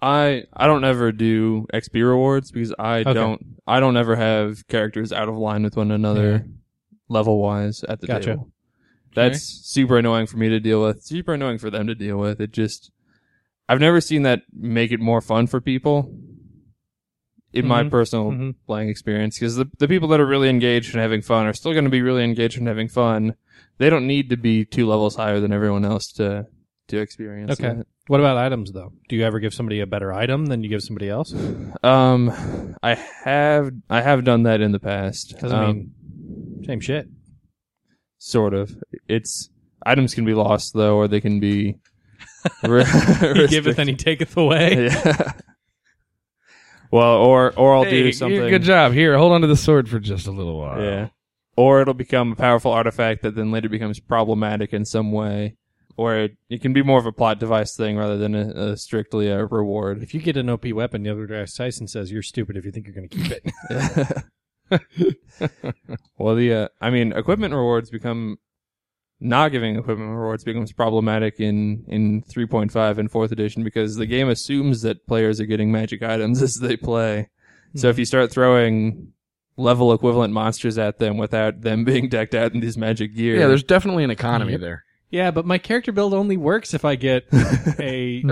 Speaker 4: I I don't ever do XP rewards because I
Speaker 6: Okay.
Speaker 4: don't I don't ever have characters out of line with one another level wise at the
Speaker 6: Gotcha.
Speaker 4: table. That's super annoying for me to deal with. Super annoying for them to deal with. It just I've never seen that make it more fun for people in my
Speaker 6: Mhm.
Speaker 4: personal
Speaker 6: Mhm.
Speaker 4: playing experience because the, the people that are really engaged and having fun are still going to be really engaged and having fun. They don't need to be two levels higher than everyone else to to experience.
Speaker 6: Okay.
Speaker 4: that.
Speaker 6: What about items though? Do you ever give somebody a better item than you give somebody else?
Speaker 4: Um, I have I have done that in the past.
Speaker 6: Doesn't
Speaker 4: Um,
Speaker 6: mean same shit.
Speaker 4: sort of. It's items can be lost though, or they can be. Re-
Speaker 6: He giveth and he taketh away.
Speaker 4: yeah. Well, or or I'll
Speaker 3: Hey,
Speaker 4: do something.
Speaker 3: Good job. Here, hold on to the sword for just a little while.
Speaker 4: Yeah. Or it'll become a powerful artifact that then later becomes problematic in some way. Or it, it can be more of a plot device thing rather than a, a strictly a reward.
Speaker 6: If you get an OP weapon, the other guy Tyson says you're stupid if you think you're going to keep it.
Speaker 4: well, the uh, I mean, equipment rewards become not giving equipment rewards becomes problematic in in 3.5 and fourth edition because the game assumes that players are getting magic items as they play. So
Speaker 3: Mm-hmm.
Speaker 4: if you start throwing level equivalent monsters at them without them being decked out in these magic gear,
Speaker 3: Yeah, there's definitely an economy there.
Speaker 6: yeah, but my character build only works if I get a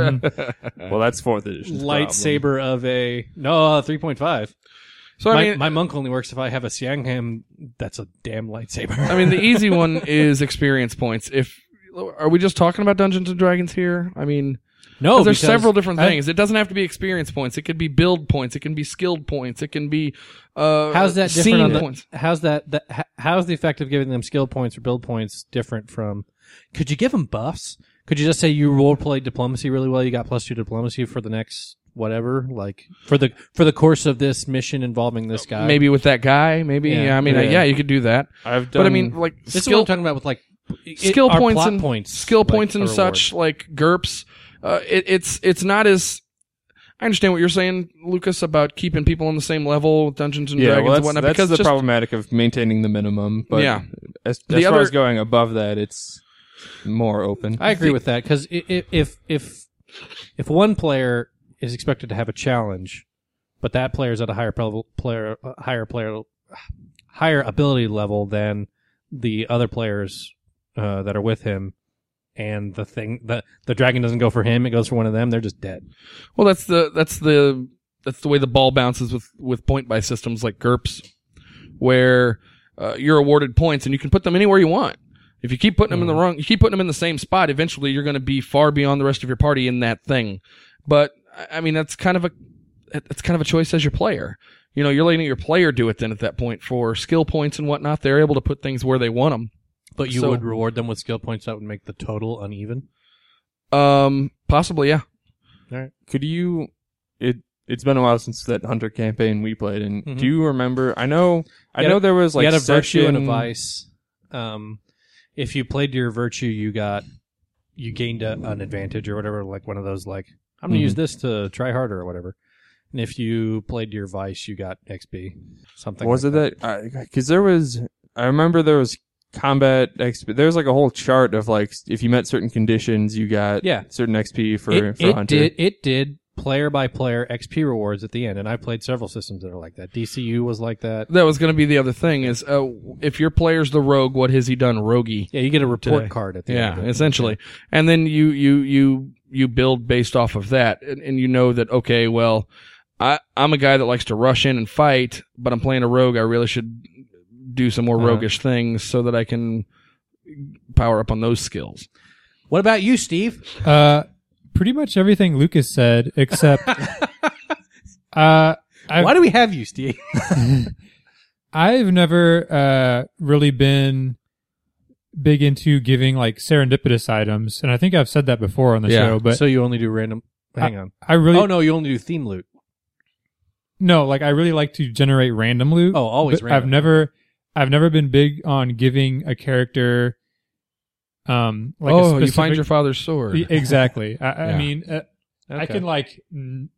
Speaker 4: well, that's fourth edition
Speaker 6: lightsaber of a no uh, 3.5.
Speaker 3: So
Speaker 6: my,
Speaker 3: I mean,
Speaker 6: my monk only works if I have a Siangham. That's a damn lightsaber.
Speaker 3: I mean, the E- easy one is experience points. If are we just talking about Dungeons and Dragons here? I mean,
Speaker 6: no,
Speaker 3: there's
Speaker 6: Oh, because
Speaker 3: several different
Speaker 6: I-
Speaker 3: things. It doesn't have to be experience points. It could be build points. It can be skilled points. It can be uh,
Speaker 6: How's that
Speaker 3: scene
Speaker 6: different? On the,
Speaker 3: points.
Speaker 6: How's that? that h- how's the effect of giving them skill points or build points different from? Could you give them buffs? Could you just say you role played diplomacy really well? You got plus two diplomacy for the next whatever, like for the for the course of this mission involving this guy.
Speaker 3: Maybe with that guy. Maybe
Speaker 6: Yeah.
Speaker 3: yeah. I mean, yeah.
Speaker 4: Yeah.
Speaker 3: you could do that.
Speaker 4: I've done.
Speaker 3: But I mean, like
Speaker 6: this is what
Speaker 3: skill
Speaker 6: I'm talking about with like it-
Speaker 3: skill
Speaker 6: our
Speaker 3: points
Speaker 6: plot
Speaker 3: and
Speaker 6: points,
Speaker 3: skill
Speaker 6: like,
Speaker 3: points
Speaker 6: a
Speaker 3: and
Speaker 6: reward.
Speaker 3: such like GURPS. Uh, it, it's it's not as I understand what you're saying, Lucas, about keeping people on the same level with Dungeons and
Speaker 4: yeah,
Speaker 3: Dragons
Speaker 4: well,
Speaker 3: and
Speaker 4: that's,
Speaker 3: whatnot.
Speaker 4: that's
Speaker 3: because
Speaker 4: the
Speaker 3: just,
Speaker 4: problematic of maintaining the minimum. But
Speaker 3: Yeah.
Speaker 4: as,
Speaker 3: The
Speaker 4: as far
Speaker 3: other-
Speaker 4: as going above that, it's more open.
Speaker 6: I agree with that because if if if one player is expected to have a challenge, but that player is at a higher level, player uh, higher player higher ability level than the other players uh, that are with him, and the thing the the dragon doesn't go for him; it goes for one of them. They're just dead.
Speaker 3: well, that's the that's the that's the way the ball bounces with with point buy systems like GURPS, where uh, you're awarded points and you can put them anywhere you want. If you keep putting them in the wrong, you keep putting them in the same spot. Eventually, you're going to be far beyond the rest of your party in that thing. But I- I mean, that's kind of a that's kind of a choice as your player. You know, you're letting your player do it then at that point for skill points and whatnot. They're able to put things where they want them.
Speaker 6: But
Speaker 3: you So- would
Speaker 6: reward them with skill points that would make the total uneven.
Speaker 3: Um, possibly, yeah.
Speaker 4: Could you? It it's been a while since that hunter campaign we played, and
Speaker 6: Mhm.
Speaker 4: do you remember? I know, I
Speaker 6: You had
Speaker 4: know
Speaker 6: a-
Speaker 4: there was like
Speaker 6: you had a virtue and a
Speaker 4: section-
Speaker 6: vice. Um, if you played to your virtue, you got you gained a, an advantage or whatever, like one of those like I'm gonna use this to try harder or whatever. And if you played to your vice, you got XP. Something
Speaker 4: Was
Speaker 6: like
Speaker 4: it that? Because there was, I remember there was combat XP. There was like a whole chart of like if you met certain conditions, you got
Speaker 6: Yeah.
Speaker 4: certain XP for
Speaker 6: it,
Speaker 4: for
Speaker 6: it
Speaker 4: hunter.
Speaker 6: did it did player by player XP rewards at the end, and I played several systems that are like that. DCU was like that.
Speaker 3: That was going to be the other thing is uh, if your player's the rogue, what has he done, roguey?
Speaker 6: Yeah, you get a report
Speaker 3: Today.
Speaker 6: card at the
Speaker 3: yeah
Speaker 6: end. of it.
Speaker 3: essentially and then you you you you build based off of that and, and you know that okay well i i'm a guy that likes to rush in and fight but i'm playing a rogue i really should do some more
Speaker 4: Uh-huh.
Speaker 3: roguish things so that i can power up on those skills
Speaker 6: What about you, Steve?
Speaker 5: Uh, pretty much everything Lucas said, except uh, I've,
Speaker 6: Why do we have you, Steve?
Speaker 5: I've never uh, really been big into giving like serendipitous items, and I think I've said that before on the
Speaker 3: Yeah,
Speaker 5: show. But
Speaker 6: so you only do random. Hang on.
Speaker 5: I really
Speaker 6: oh no, you only do theme loot.
Speaker 5: no, like I really like to generate random loot.
Speaker 6: Oh, always
Speaker 5: but
Speaker 6: random.
Speaker 5: I've never, I've never been big on giving a character, um, like a
Speaker 3: oh you
Speaker 5: specific-
Speaker 3: find your father's sword
Speaker 5: E- exactly. I, I
Speaker 3: Yeah.
Speaker 5: mean, uh, I
Speaker 6: Okay.
Speaker 5: can like, mm,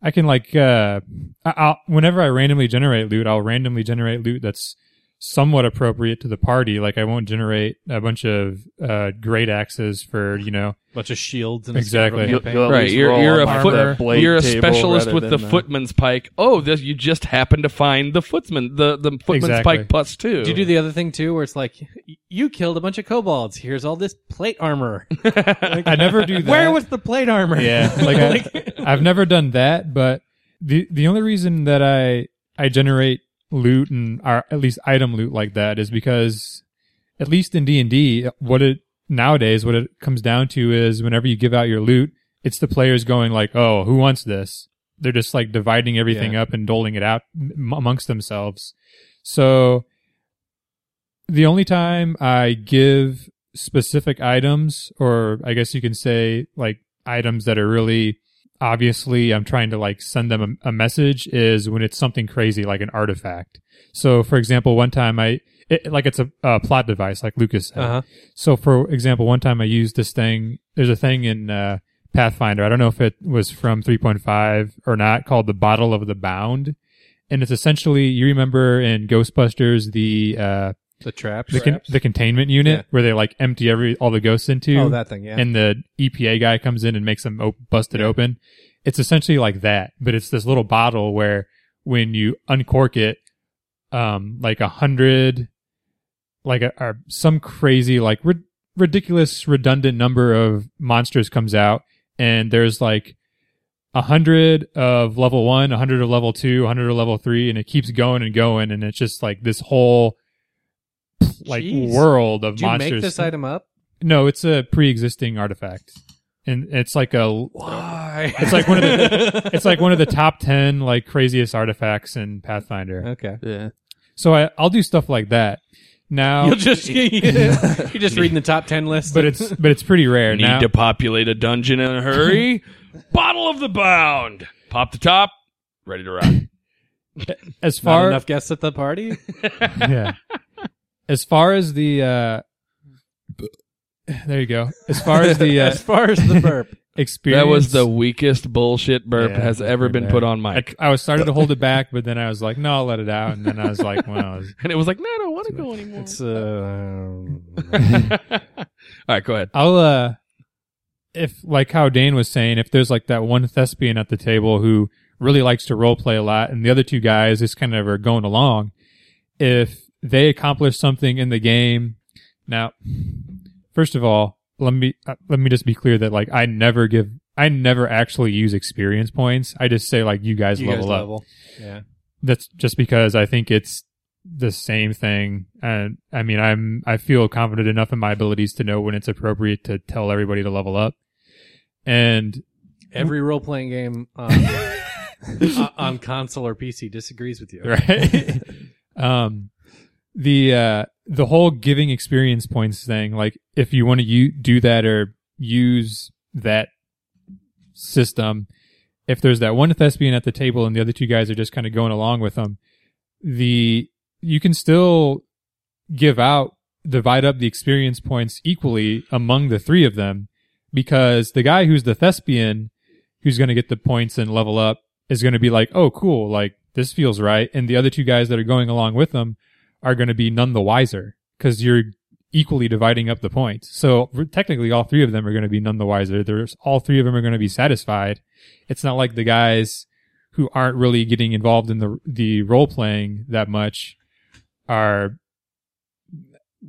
Speaker 5: I can like, uh, I- I'll, whenever I randomly generate loot, I'll randomly generate loot that's somewhat appropriate to the party. Like, I won't generate a bunch of uh, great axes for you know.
Speaker 6: bunch of shields and
Speaker 5: Exactly.
Speaker 6: a
Speaker 5: You'll-
Speaker 6: campaign.
Speaker 4: you'll- at
Speaker 3: Right,
Speaker 4: least
Speaker 3: you're,
Speaker 4: roll
Speaker 3: you're
Speaker 4: up
Speaker 3: a
Speaker 5: on
Speaker 3: foot,
Speaker 5: the
Speaker 4: blade
Speaker 3: you're a
Speaker 4: table
Speaker 3: specialist
Speaker 4: rather
Speaker 3: with the
Speaker 4: than the-
Speaker 3: footman's pike. Oh, this you just happen to find the footman, the the footman's
Speaker 5: Exactly.
Speaker 3: pike plus two.
Speaker 6: Do you do the other thing too, where it's like y- you killed a bunch of kobolds? Here's all this plate armor.
Speaker 5: I never do that.
Speaker 6: Where was the plate armor?
Speaker 5: Yeah, like, I, I've never done that, but the the only reason that I I generate loot and or at least item loot like that is because at least in D and D, what it nowadays what it comes down to is whenever you give out your loot, it's the players going like, "Oh, who wants this?" They're just like dividing everything up and doling it out m- amongst themselves. So the only time I give specific items, or I guess you can say like items that are really obviously I'm trying to like send them a, a message is when it's something crazy like an artifact. So for example, one time I it, like it's a, a plot device like Lucas said.
Speaker 4: Uh-huh.
Speaker 5: So for example, one time I used this thing. There's a thing in uh, Pathfinder. I don't know if it was from 3.5 or not called the Bottle of the Bound. And it's essentially, you remember in Ghostbusters, the, uh,
Speaker 6: The traps.
Speaker 5: the, con- the containment unit
Speaker 6: Yeah.
Speaker 5: where they like empty every, all the ghosts into.
Speaker 6: oh, that thing. Yeah.
Speaker 5: And the EPA guy comes in and makes them op- bust it open. It's essentially like that, but it's this little bottle where when you uncork it, um, like a hundred, like a, or some crazy, like rid- ridiculous, redundant number of monsters comes out, and there's like a hundred of level one, a hundred of level two, a hundred of level three, and it keeps going and going, and it's just like this whole like
Speaker 6: Jeez.
Speaker 5: world of
Speaker 6: Did you
Speaker 5: monsters.
Speaker 6: make this item up?
Speaker 5: No, it's a pre-existing artifact, and it's like a
Speaker 6: Why?
Speaker 5: it's like one of the it's like one of the top ten like craziest artifacts in Pathfinder.
Speaker 6: okay.
Speaker 4: Yeah.
Speaker 5: So I, I'll do stuff like that now,
Speaker 6: You'll just you're just reading the top ten list.
Speaker 5: but it's but it's pretty rare
Speaker 2: Need
Speaker 5: now.
Speaker 2: to populate a dungeon in a hurry. Bottle of the bound. Pop the top. Ready to rock.
Speaker 5: as
Speaker 6: not
Speaker 5: far
Speaker 6: enough guests at the party.
Speaker 5: yeah. As far as the uh, there you go. As far as the uh,
Speaker 6: as far as the burp,
Speaker 5: experience,
Speaker 3: That was the weakest bullshit burp
Speaker 5: Yeah,
Speaker 3: has ever
Speaker 5: pretty
Speaker 3: been
Speaker 5: bad.
Speaker 3: put on mic.
Speaker 5: I, I was starting to hold it back, but then I was like, no, I'll let it out. And then I was like, well, I was-
Speaker 3: and it was like, no, I don't want to go anymore.
Speaker 6: it's uh,
Speaker 3: All right, go ahead.
Speaker 5: I'll uh if like how Dane was saying, if there's like that one thespian at the table who really likes to role play a lot and the other two guys just kind of are going along, if they accomplish something in the game now first of all, let me uh, let me just be clear that like I never give I never actually use experience points. I just say like you guys
Speaker 6: you
Speaker 5: level
Speaker 6: guys
Speaker 5: up.
Speaker 6: level. Yeah.
Speaker 5: That's just because I think it's the same thing. And I mean, I'm I feel confident enough in my abilities to know when it's appropriate to tell everybody to level up. And
Speaker 6: Every role playing game on, on- on console or PC disagrees with you.
Speaker 5: right, um, the uh, the whole giving experience points thing, like if you want to u- do that or use that system, if there's that one thespian at the table and the other two guys are just kind of going along with them, the you can still give out divide up the experience points equally among the three of them because the guy who's the thespian who's going to get the points and level up is going to be like oh cool like this feels right and the other two guys that are going along with them are going to be none the wiser because you're equally dividing up the points so r- technically all three of them are going to be none the wiser there's all three of them are going to be satisfied it's not like the guys who aren't really getting involved in the the role playing that much are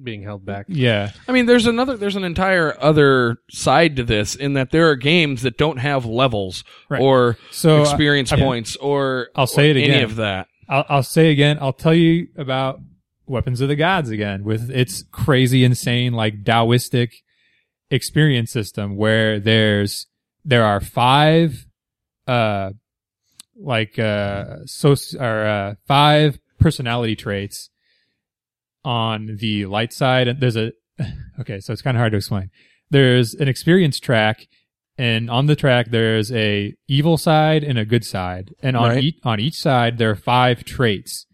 Speaker 6: Being held back.
Speaker 5: yeah.
Speaker 3: I mean, there's another, there's an entire other side to this in that there are games that don't have levels
Speaker 5: Right.
Speaker 3: or
Speaker 5: So uh, I-
Speaker 3: experience
Speaker 5: I-
Speaker 3: points or
Speaker 5: I'll say
Speaker 3: or
Speaker 5: it
Speaker 3: Any
Speaker 5: again.
Speaker 3: of that.
Speaker 5: I'll, I'll say again, I'll tell you about Weapons of the Gods again with its crazy, insane, like Taoistic experience system where there's, there are five, uh, like, uh, so, or, uh, five personality traits on the light side. And there's a, okay, so it's kind of hard to explain. There's an experience track and on the track there's a evil side and a good side and on
Speaker 3: Right.
Speaker 5: each on each side there are five traits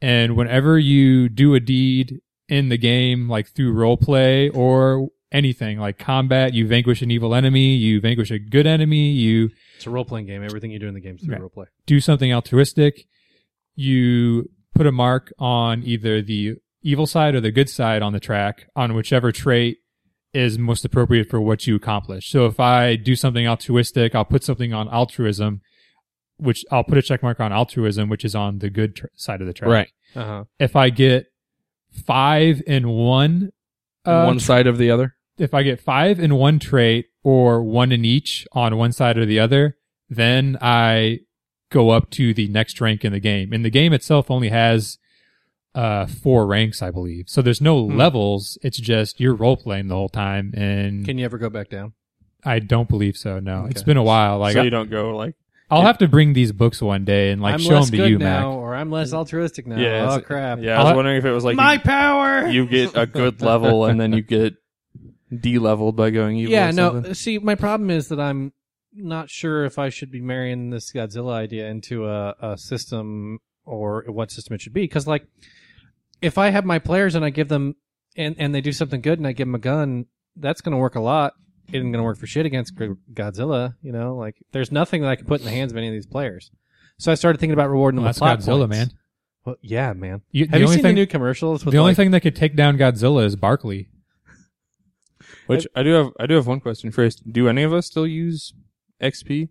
Speaker 5: and whenever you do a deed in the game like through role play or anything like combat you vanquish an evil enemy you vanquish a good enemy you
Speaker 6: It's a role playing game. Everything you do in the game is through
Speaker 5: Right.
Speaker 6: role play.
Speaker 5: do something altruistic, you put a mark on either the evil side or the good side on the track on whichever trait is most appropriate for what you accomplish. So if I do something altruistic, I'll put something on altruism, which I'll put a check mark on altruism, which is on the good tr- side of the track.
Speaker 3: Right.
Speaker 6: Uh
Speaker 4: Uh-huh.
Speaker 6: huh.
Speaker 5: If I get five in one, uh,
Speaker 3: one side of the other.
Speaker 5: if I get five in one trait or one in each on one side or the other, then I go up to the next rank in the game. And the game itself only has uh, four ranks, I believe. So there's no
Speaker 6: Hmm.
Speaker 5: levels. It's just you're role playing the whole time, and
Speaker 6: Can you ever go back down?
Speaker 5: I don't believe so. No, it's
Speaker 6: Okay.
Speaker 5: been a while. Like
Speaker 4: so
Speaker 5: I,
Speaker 4: you don't go like
Speaker 5: will have to bring these books one day and like
Speaker 6: I'm
Speaker 5: show
Speaker 6: less
Speaker 5: them to
Speaker 6: good
Speaker 5: you,
Speaker 6: now,
Speaker 5: Mac.
Speaker 6: or I'm less altruistic now.
Speaker 4: Yeah,
Speaker 6: oh
Speaker 4: it's-
Speaker 6: crap.
Speaker 4: yeah. I was
Speaker 5: I'll-
Speaker 4: wondering if it was like
Speaker 6: My
Speaker 4: you,
Speaker 6: power.
Speaker 4: you get a good level and then you get de-leveled by going evil.
Speaker 6: yeah,
Speaker 4: or
Speaker 6: no. uh,
Speaker 4: something.
Speaker 6: See, my problem is that I'm not sure if I should be marrying this Godzilla idea into a, a system or what system it should be. Because, like, if I have my players and I give them and and they do something good and I give them a gun, that's going to work a lot. It isn't going to work for shit against Gr- Godzilla. You know, like, there's nothing that I can put in the hands of any of these players. So I started thinking about rewarding
Speaker 5: Well,
Speaker 6: them
Speaker 5: that's
Speaker 6: with plot
Speaker 5: Godzilla,
Speaker 6: points.
Speaker 5: man.
Speaker 6: Well, yeah, man.
Speaker 5: You,
Speaker 6: Have
Speaker 5: the
Speaker 6: you
Speaker 5: only
Speaker 6: seen
Speaker 5: thing,
Speaker 6: the new commercials? With
Speaker 5: the only
Speaker 6: like,
Speaker 5: thing that could take down Godzilla is Barkley.
Speaker 4: Which I do have. I do have one question first. Do any of us still use XP?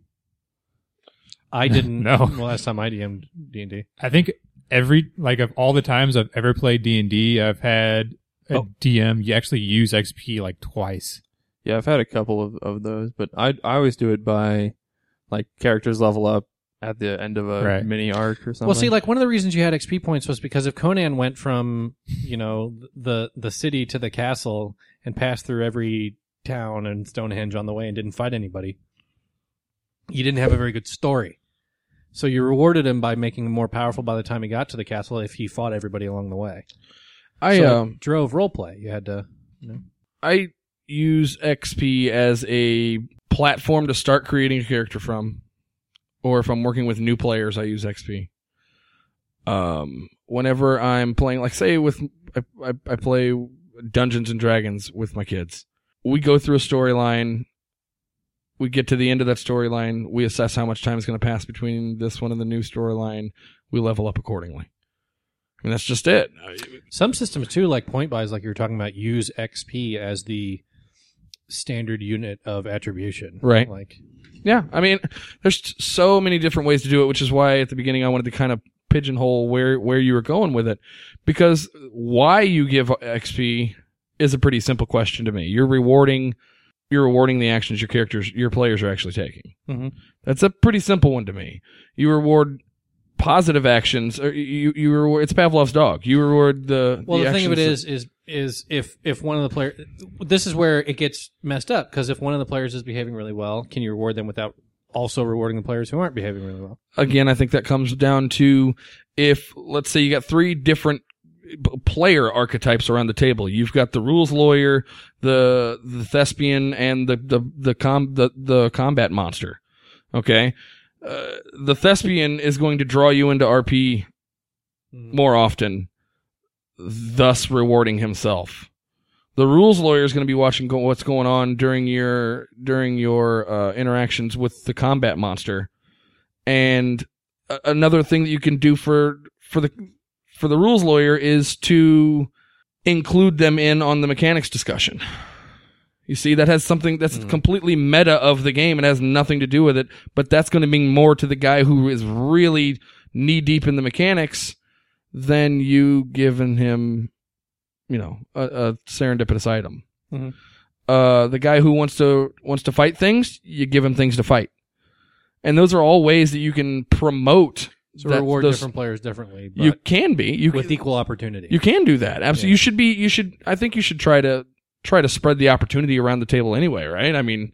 Speaker 6: I didn't.
Speaker 5: No.
Speaker 6: the last time I DM'd D and D.
Speaker 5: I think every like of all the times I've ever played D and D, I've had a DM. You actually use XP like twice.
Speaker 4: Yeah, I've had a couple of, of those, but I I always do it by like characters level up at the end of a
Speaker 5: Right.
Speaker 4: mini arc or something.
Speaker 6: Well, see, like one of the reasons you had XP points was because if Conan went from you know the the city to the castle and passed through every town and Stonehenge on the way and didn't fight anybody, you didn't have a very good story. So you rewarded him by making him more powerful by the time he got to the castle if he fought everybody along the way.
Speaker 3: I
Speaker 6: so it
Speaker 3: um
Speaker 6: drove roleplay. You had to.
Speaker 3: I use XP as a platform to start creating a character from, or if I'm working with new players, I use XP. Um, whenever I'm playing, like say with I, I, I play Dungeons and Dragons with my kids, we go through a storyline. We get to the end of that storyline. We assess how much time is going to pass between this one and the new storyline. We level up accordingly. I mean, that's just it.
Speaker 6: Some systems too, like point buys, like you were talking about, use XP as the standard unit of attribution.
Speaker 3: Right.
Speaker 6: Like
Speaker 3: Yeah, I mean, there's t- so many different ways to do it, which is why at the beginning I wanted to kind of pigeonhole where where you were going with it, because why you give XP is a pretty simple question to me. You're rewarding, you're rewarding the actions your characters, your players are actually taking.
Speaker 4: Mm-hmm.
Speaker 6: Mhm.
Speaker 3: That's a pretty simple one to me. You reward positive actions, or you you reward. It's Pavlov's dog. You reward the
Speaker 6: Well, the, thing of it
Speaker 3: actions that-
Speaker 6: is, is is if if one of the player, this is where it gets messed up because if one of the players is behaving really well, can you reward them without also rewarding the players who aren't behaving really well?
Speaker 3: again, I think that comes down to if, let's say, you got three different p- player archetypes around the table. You've got the rules lawyer, the the thespian, and the the the com the, the combat monster. Okay, uh, the thespian is going to draw you into RP more often, thus rewarding himself. The rules lawyer is going to be watching go- what's going on during your during your uh, interactions with the combat monster, and a- another thing that you can do for for the for the rules lawyer is to include them in on the mechanics discussion. You see, that has something that's
Speaker 6: Hmm.
Speaker 3: completely meta of the game and has nothing to do with it, but that's going to mean more to the guy who is really knee deep in the mechanics than you giving him, you know, a, a serendipitous item.
Speaker 6: Mhm.
Speaker 3: Uh, the guy who wants to wants to fight things, you give him things to fight, and those are all ways that you can promote.
Speaker 6: So
Speaker 3: that-
Speaker 6: reward
Speaker 3: those-
Speaker 6: different players differently, but
Speaker 3: You can be you
Speaker 6: with
Speaker 3: can,
Speaker 6: equal opportunity.
Speaker 3: you can do that. Absolutely.
Speaker 6: Yeah.
Speaker 3: You should be. You should. I think you should try to try to spread the opportunity around the table anyway. Right. I mean,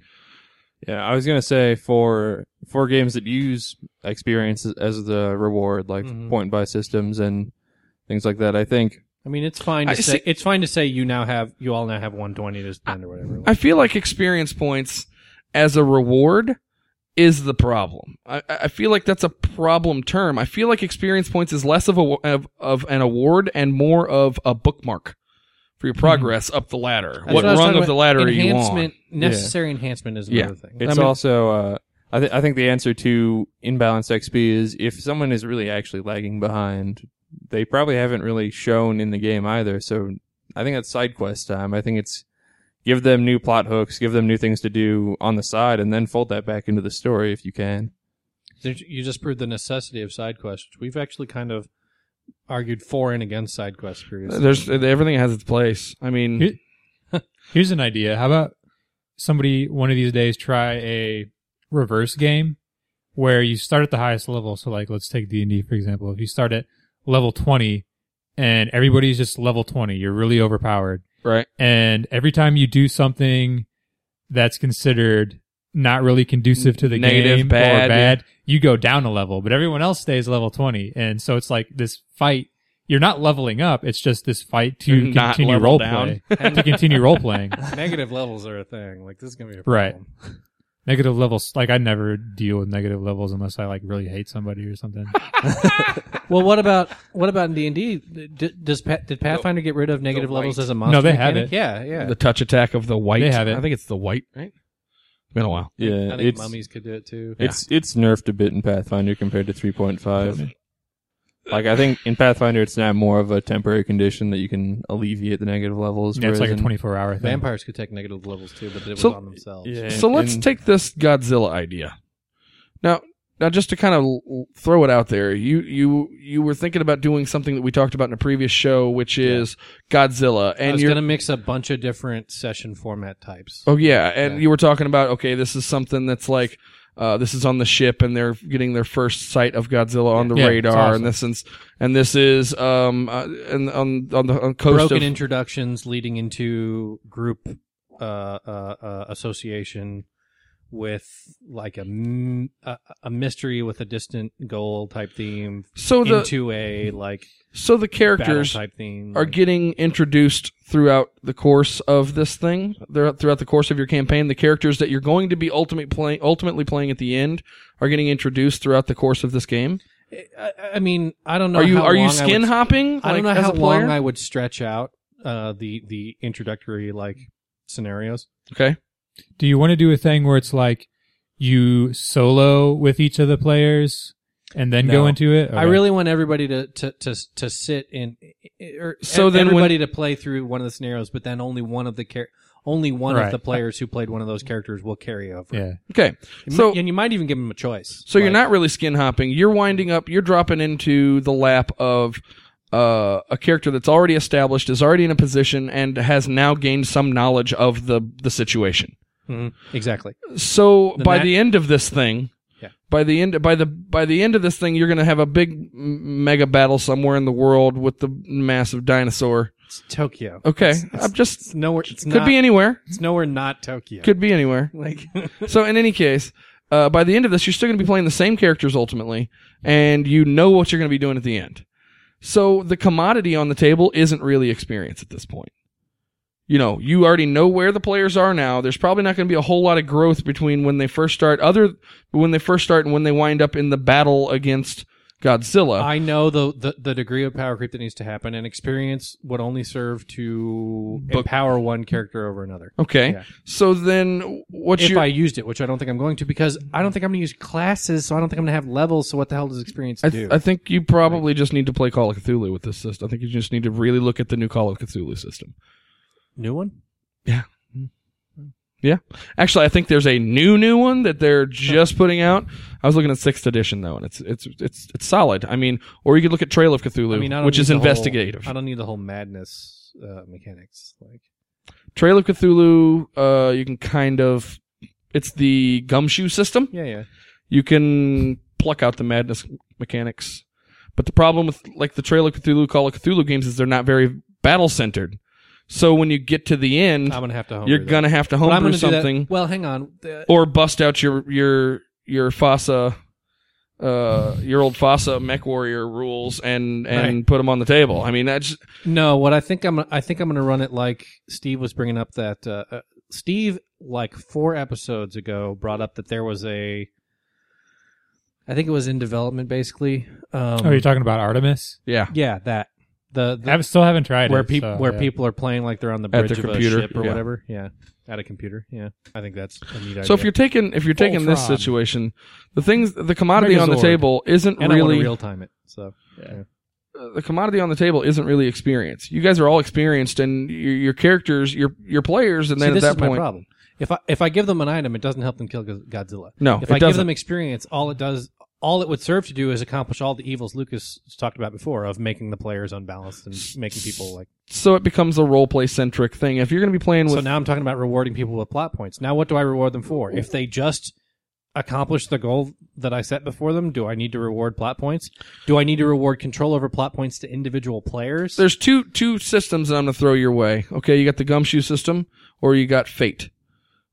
Speaker 4: Yeah, I was gonna say for for games that use experience as the reward, like
Speaker 6: Mhm.
Speaker 4: point buy systems and things like that. I think
Speaker 6: I mean, it's fine to
Speaker 3: I
Speaker 6: say
Speaker 3: see-
Speaker 6: it's fine to say you now have you all now have one twenty to spend or whatever.
Speaker 3: I feel like experience points as a reward is the problem. I, I feel like that's a problem term. I feel like experience points is less of a of, of an award and more of a bookmark for your progress up the ladder.
Speaker 6: Mm-hmm. That's
Speaker 3: what
Speaker 6: I was
Speaker 3: rung
Speaker 6: talking
Speaker 3: of the
Speaker 6: about.
Speaker 3: ladder are you on?
Speaker 6: enhancement, Necessary enhancement is
Speaker 3: Yeah.
Speaker 6: another thing.
Speaker 4: it's
Speaker 3: mean-
Speaker 4: also uh, I think I think the answer to imbalanced XP is if someone is really actually lagging behind, they probably haven't really shown in the game either. So I think that's side quest time. I think it's give them new plot hooks, give them new things to do on the side, and then fold that back into the story if you can.
Speaker 6: There's- You just proved the necessity of side quests. which We've actually kind of argued for and against side quests previously.
Speaker 3: There's everything has its place. I mean,
Speaker 5: Here- Here's an idea. How about somebody one of these days try a reverse game where you start at the highest level. So like let's take D and D for example. If you start at level twenty and everybody's just level 20. You're really overpowered.
Speaker 4: Right.
Speaker 5: And every time you do something that's considered not really conducive to the
Speaker 4: Negative,
Speaker 5: game
Speaker 4: bad.
Speaker 5: or bad, you go down a level, but everyone else stays level 20. And so it's like this fight. You're not leveling up. It's just this fight to
Speaker 4: You're not
Speaker 5: continue
Speaker 4: level
Speaker 5: role
Speaker 4: down.
Speaker 5: play, to continue role playing.
Speaker 6: Negative levels are a thing. Like this is gonna be a
Speaker 5: Right.
Speaker 6: problem.
Speaker 5: Negative levels, like I never deal with negative levels unless I like really hate somebody or something.
Speaker 6: Well, what about what about in D and D? Does Pa- did Pathfinder get rid of negative levels as a monster?
Speaker 5: No, they have
Speaker 6: mechanic?
Speaker 5: it.
Speaker 6: Yeah, yeah.
Speaker 3: The touch attack of the white.
Speaker 5: They have it.
Speaker 3: I think it's the white, right? It's been a while.
Speaker 4: Yeah,
Speaker 6: I think
Speaker 4: it's
Speaker 6: mummies could do it too.
Speaker 4: it's it's nerfed a bit in Pathfinder compared to 3.5. Like I think in Pathfinder, it's now more of a temporary condition that you can alleviate the negative levels.
Speaker 5: yeah, it's like
Speaker 4: whereas
Speaker 5: a
Speaker 4: in-
Speaker 5: 24 hour thing.
Speaker 6: Vampires could take negative levels too, but it was
Speaker 3: So-
Speaker 6: on themselves.
Speaker 4: Yeah,
Speaker 3: So let's
Speaker 4: and-
Speaker 3: take this Godzilla idea. Now, now just to kind of l- throw it out there, you you you were thinking about doing something that we talked about in a previous show, which is Godzilla,
Speaker 6: I
Speaker 3: and
Speaker 6: was
Speaker 3: you're
Speaker 6: gonna mix a bunch of different session format types.
Speaker 3: oh yeah, and
Speaker 6: Yeah.
Speaker 3: you were talking about okay, this is something that's like. Uh, this is on the ship, and they're getting their first sight of Godzilla on the
Speaker 5: Yeah, it's
Speaker 3: radar,
Speaker 5: awesome.
Speaker 3: and this is and this is um uh, and on on the on coast
Speaker 6: Broken
Speaker 3: of
Speaker 6: introductions leading into group uh, uh, uh, association with like a, m- a a mystery with a distant goal type theme
Speaker 3: so the
Speaker 6: into a like
Speaker 3: so the
Speaker 6: battle
Speaker 3: characters
Speaker 6: type theme.
Speaker 3: are getting introduced throughout the course of this thing, thro- throughout the course of your campaign. The characters that you're going to be ultimate play, ultimately playing at the end are getting introduced throughout the course of this game.
Speaker 6: I, I mean, I don't know.
Speaker 3: are you
Speaker 6: how
Speaker 3: are
Speaker 6: long I
Speaker 3: you
Speaker 6: would
Speaker 3: skin hopping?
Speaker 6: I
Speaker 3: like,
Speaker 6: don't know
Speaker 3: as
Speaker 6: how
Speaker 3: a player?
Speaker 6: long I would stretch out uh, the the introductory like scenarios.
Speaker 3: okay.
Speaker 5: Do you want to do a thing where it's like you solo with each of the players and then
Speaker 6: No.
Speaker 5: go into it?
Speaker 6: I
Speaker 5: Okay.
Speaker 6: really want everybody to to to, to sit in, or
Speaker 3: So
Speaker 6: so
Speaker 3: then when-
Speaker 6: everybody to play through one of the scenarios, but then only one of the char- only one of
Speaker 5: Right.
Speaker 6: the players who played one of those characters will carry over.
Speaker 5: Yeah.
Speaker 3: Okay.
Speaker 6: And
Speaker 3: So-
Speaker 6: mi- and you might even give them a choice.
Speaker 3: So you're
Speaker 6: Like,
Speaker 3: not really skin hopping. You're winding up. You're dropping into the lap of uh, a character that's already established, is already in a position, and has now gained some knowledge of the the situation.
Speaker 6: Mhm. exactly.
Speaker 3: so
Speaker 6: Then
Speaker 3: by
Speaker 6: that-
Speaker 3: the end of this thing
Speaker 6: Yeah.
Speaker 3: by the end by the by the end of this thing you're going to have a big m- mega battle somewhere in the world with the massive dinosaur
Speaker 6: It's Tokyo.
Speaker 3: okay
Speaker 6: It's- it's-
Speaker 3: i'm just
Speaker 6: it's nowhere. It's
Speaker 3: could be anywhere
Speaker 6: It's nowhere not Tokyo.
Speaker 3: could be anywhere
Speaker 6: like
Speaker 3: so in any case uh, by the end of this you're still going to be playing the same characters ultimately and you know what you're going to be doing at the end so the commodity on the table isn't really experience at this point you know you already know where the players are now there's probably not going to be a whole lot of growth between when they first start other when they first start and when they wind up in the battle against godzilla
Speaker 6: I know the, the the degree of power creep that needs to happen, and experience would only serve to
Speaker 3: But-
Speaker 6: empower one character over another.
Speaker 3: okay
Speaker 6: Yeah.
Speaker 3: so then what's
Speaker 6: if
Speaker 3: your
Speaker 6: I used it, which I don't think I'm going to, because I don't think I'm going to use classes, so I don't think I'm going to have levels. So what the hell does experience
Speaker 3: I,
Speaker 6: do?
Speaker 3: th- I think you probably just need to play Call of Cthulhu with this system. I think you just need to really look at the new Call of Cthulhu system.
Speaker 6: New one?
Speaker 3: Yeah. Actually, I think there's a new new one that they're just putting out. I was looking at sixth edition though, and it's it's it's it's solid. I mean, or you could look at Trail of Cthulhu,
Speaker 6: I mean, I don't
Speaker 3: which
Speaker 6: need
Speaker 3: is
Speaker 6: the whole-
Speaker 3: investigative.
Speaker 6: I don't need the whole madness uh, mechanics. Like
Speaker 3: Trail of Cthulhu, uh, you can kind of it's the gumshoe system.
Speaker 6: yeah, yeah.
Speaker 3: You can pluck out the madness mechanics. But the problem with like the Trail of Cthulhu, Call of Cthulhu games is they're not very battle centered. So when you get to the end,
Speaker 6: I'm going to have to. Homebrew
Speaker 3: you're gonna have to
Speaker 6: that. But I'm
Speaker 3: homebrew
Speaker 6: gonna do that-
Speaker 3: something.
Speaker 6: Well, hang on. The-
Speaker 3: or bust out your your your FASA, uh, your old FASA mech warrior rules and and put them on the table. I mean, that's
Speaker 6: No, what I think I'm I think I'm going to run it like Steve was bringing up that uh, uh, Steve like 4 episodes ago brought up that there was a I think it was in development basically. Um
Speaker 5: Oh, you're talking about Artemis?
Speaker 3: yeah.
Speaker 6: Yeah, that. The, the
Speaker 5: I have- still haven't tried
Speaker 6: where
Speaker 5: it.
Speaker 6: people
Speaker 5: so,
Speaker 6: where
Speaker 5: yeah.
Speaker 6: people are playing like they're on the
Speaker 3: At
Speaker 6: bridge
Speaker 3: the
Speaker 6: of
Speaker 3: computer,
Speaker 6: a ship or
Speaker 3: yeah.
Speaker 6: whatever. Yeah. At a computer. Yeah. I think that's a neat idea.
Speaker 3: So if you're taking if you're taking this
Speaker 5: Voltron.
Speaker 3: situation, the things the commodity on the
Speaker 5: Megazord.
Speaker 3: table isn't
Speaker 6: and I want
Speaker 3: really
Speaker 6: to real time it. So
Speaker 3: uh, the commodity on the table isn't really experience. You guys are all experienced, and your, your characters, your your players, and
Speaker 6: See,
Speaker 3: then
Speaker 6: this
Speaker 3: at
Speaker 6: is
Speaker 3: that
Speaker 6: my
Speaker 3: point,
Speaker 6: problem. If I if I give them an item, it doesn't help them kill Go- Godzilla.
Speaker 3: No,
Speaker 6: if
Speaker 3: it
Speaker 6: I give
Speaker 3: doesn't.
Speaker 6: them experience, all it does, all it would serve to do is accomplish all the evils Lucas talked about before of making the players unbalanced and making people like.
Speaker 3: so it becomes a role play centric thing. If you're going to be playing with
Speaker 6: So now I'm talking about rewarding people with plot points. Now what do I reward them for? If they just accomplish the goal that I set before them? Do I need to reward plot points? Do I need to reward control over plot points to individual players?
Speaker 3: There's two two systems that I'm gonna throw your way. Okay, you got the gumshoe system or you got fate.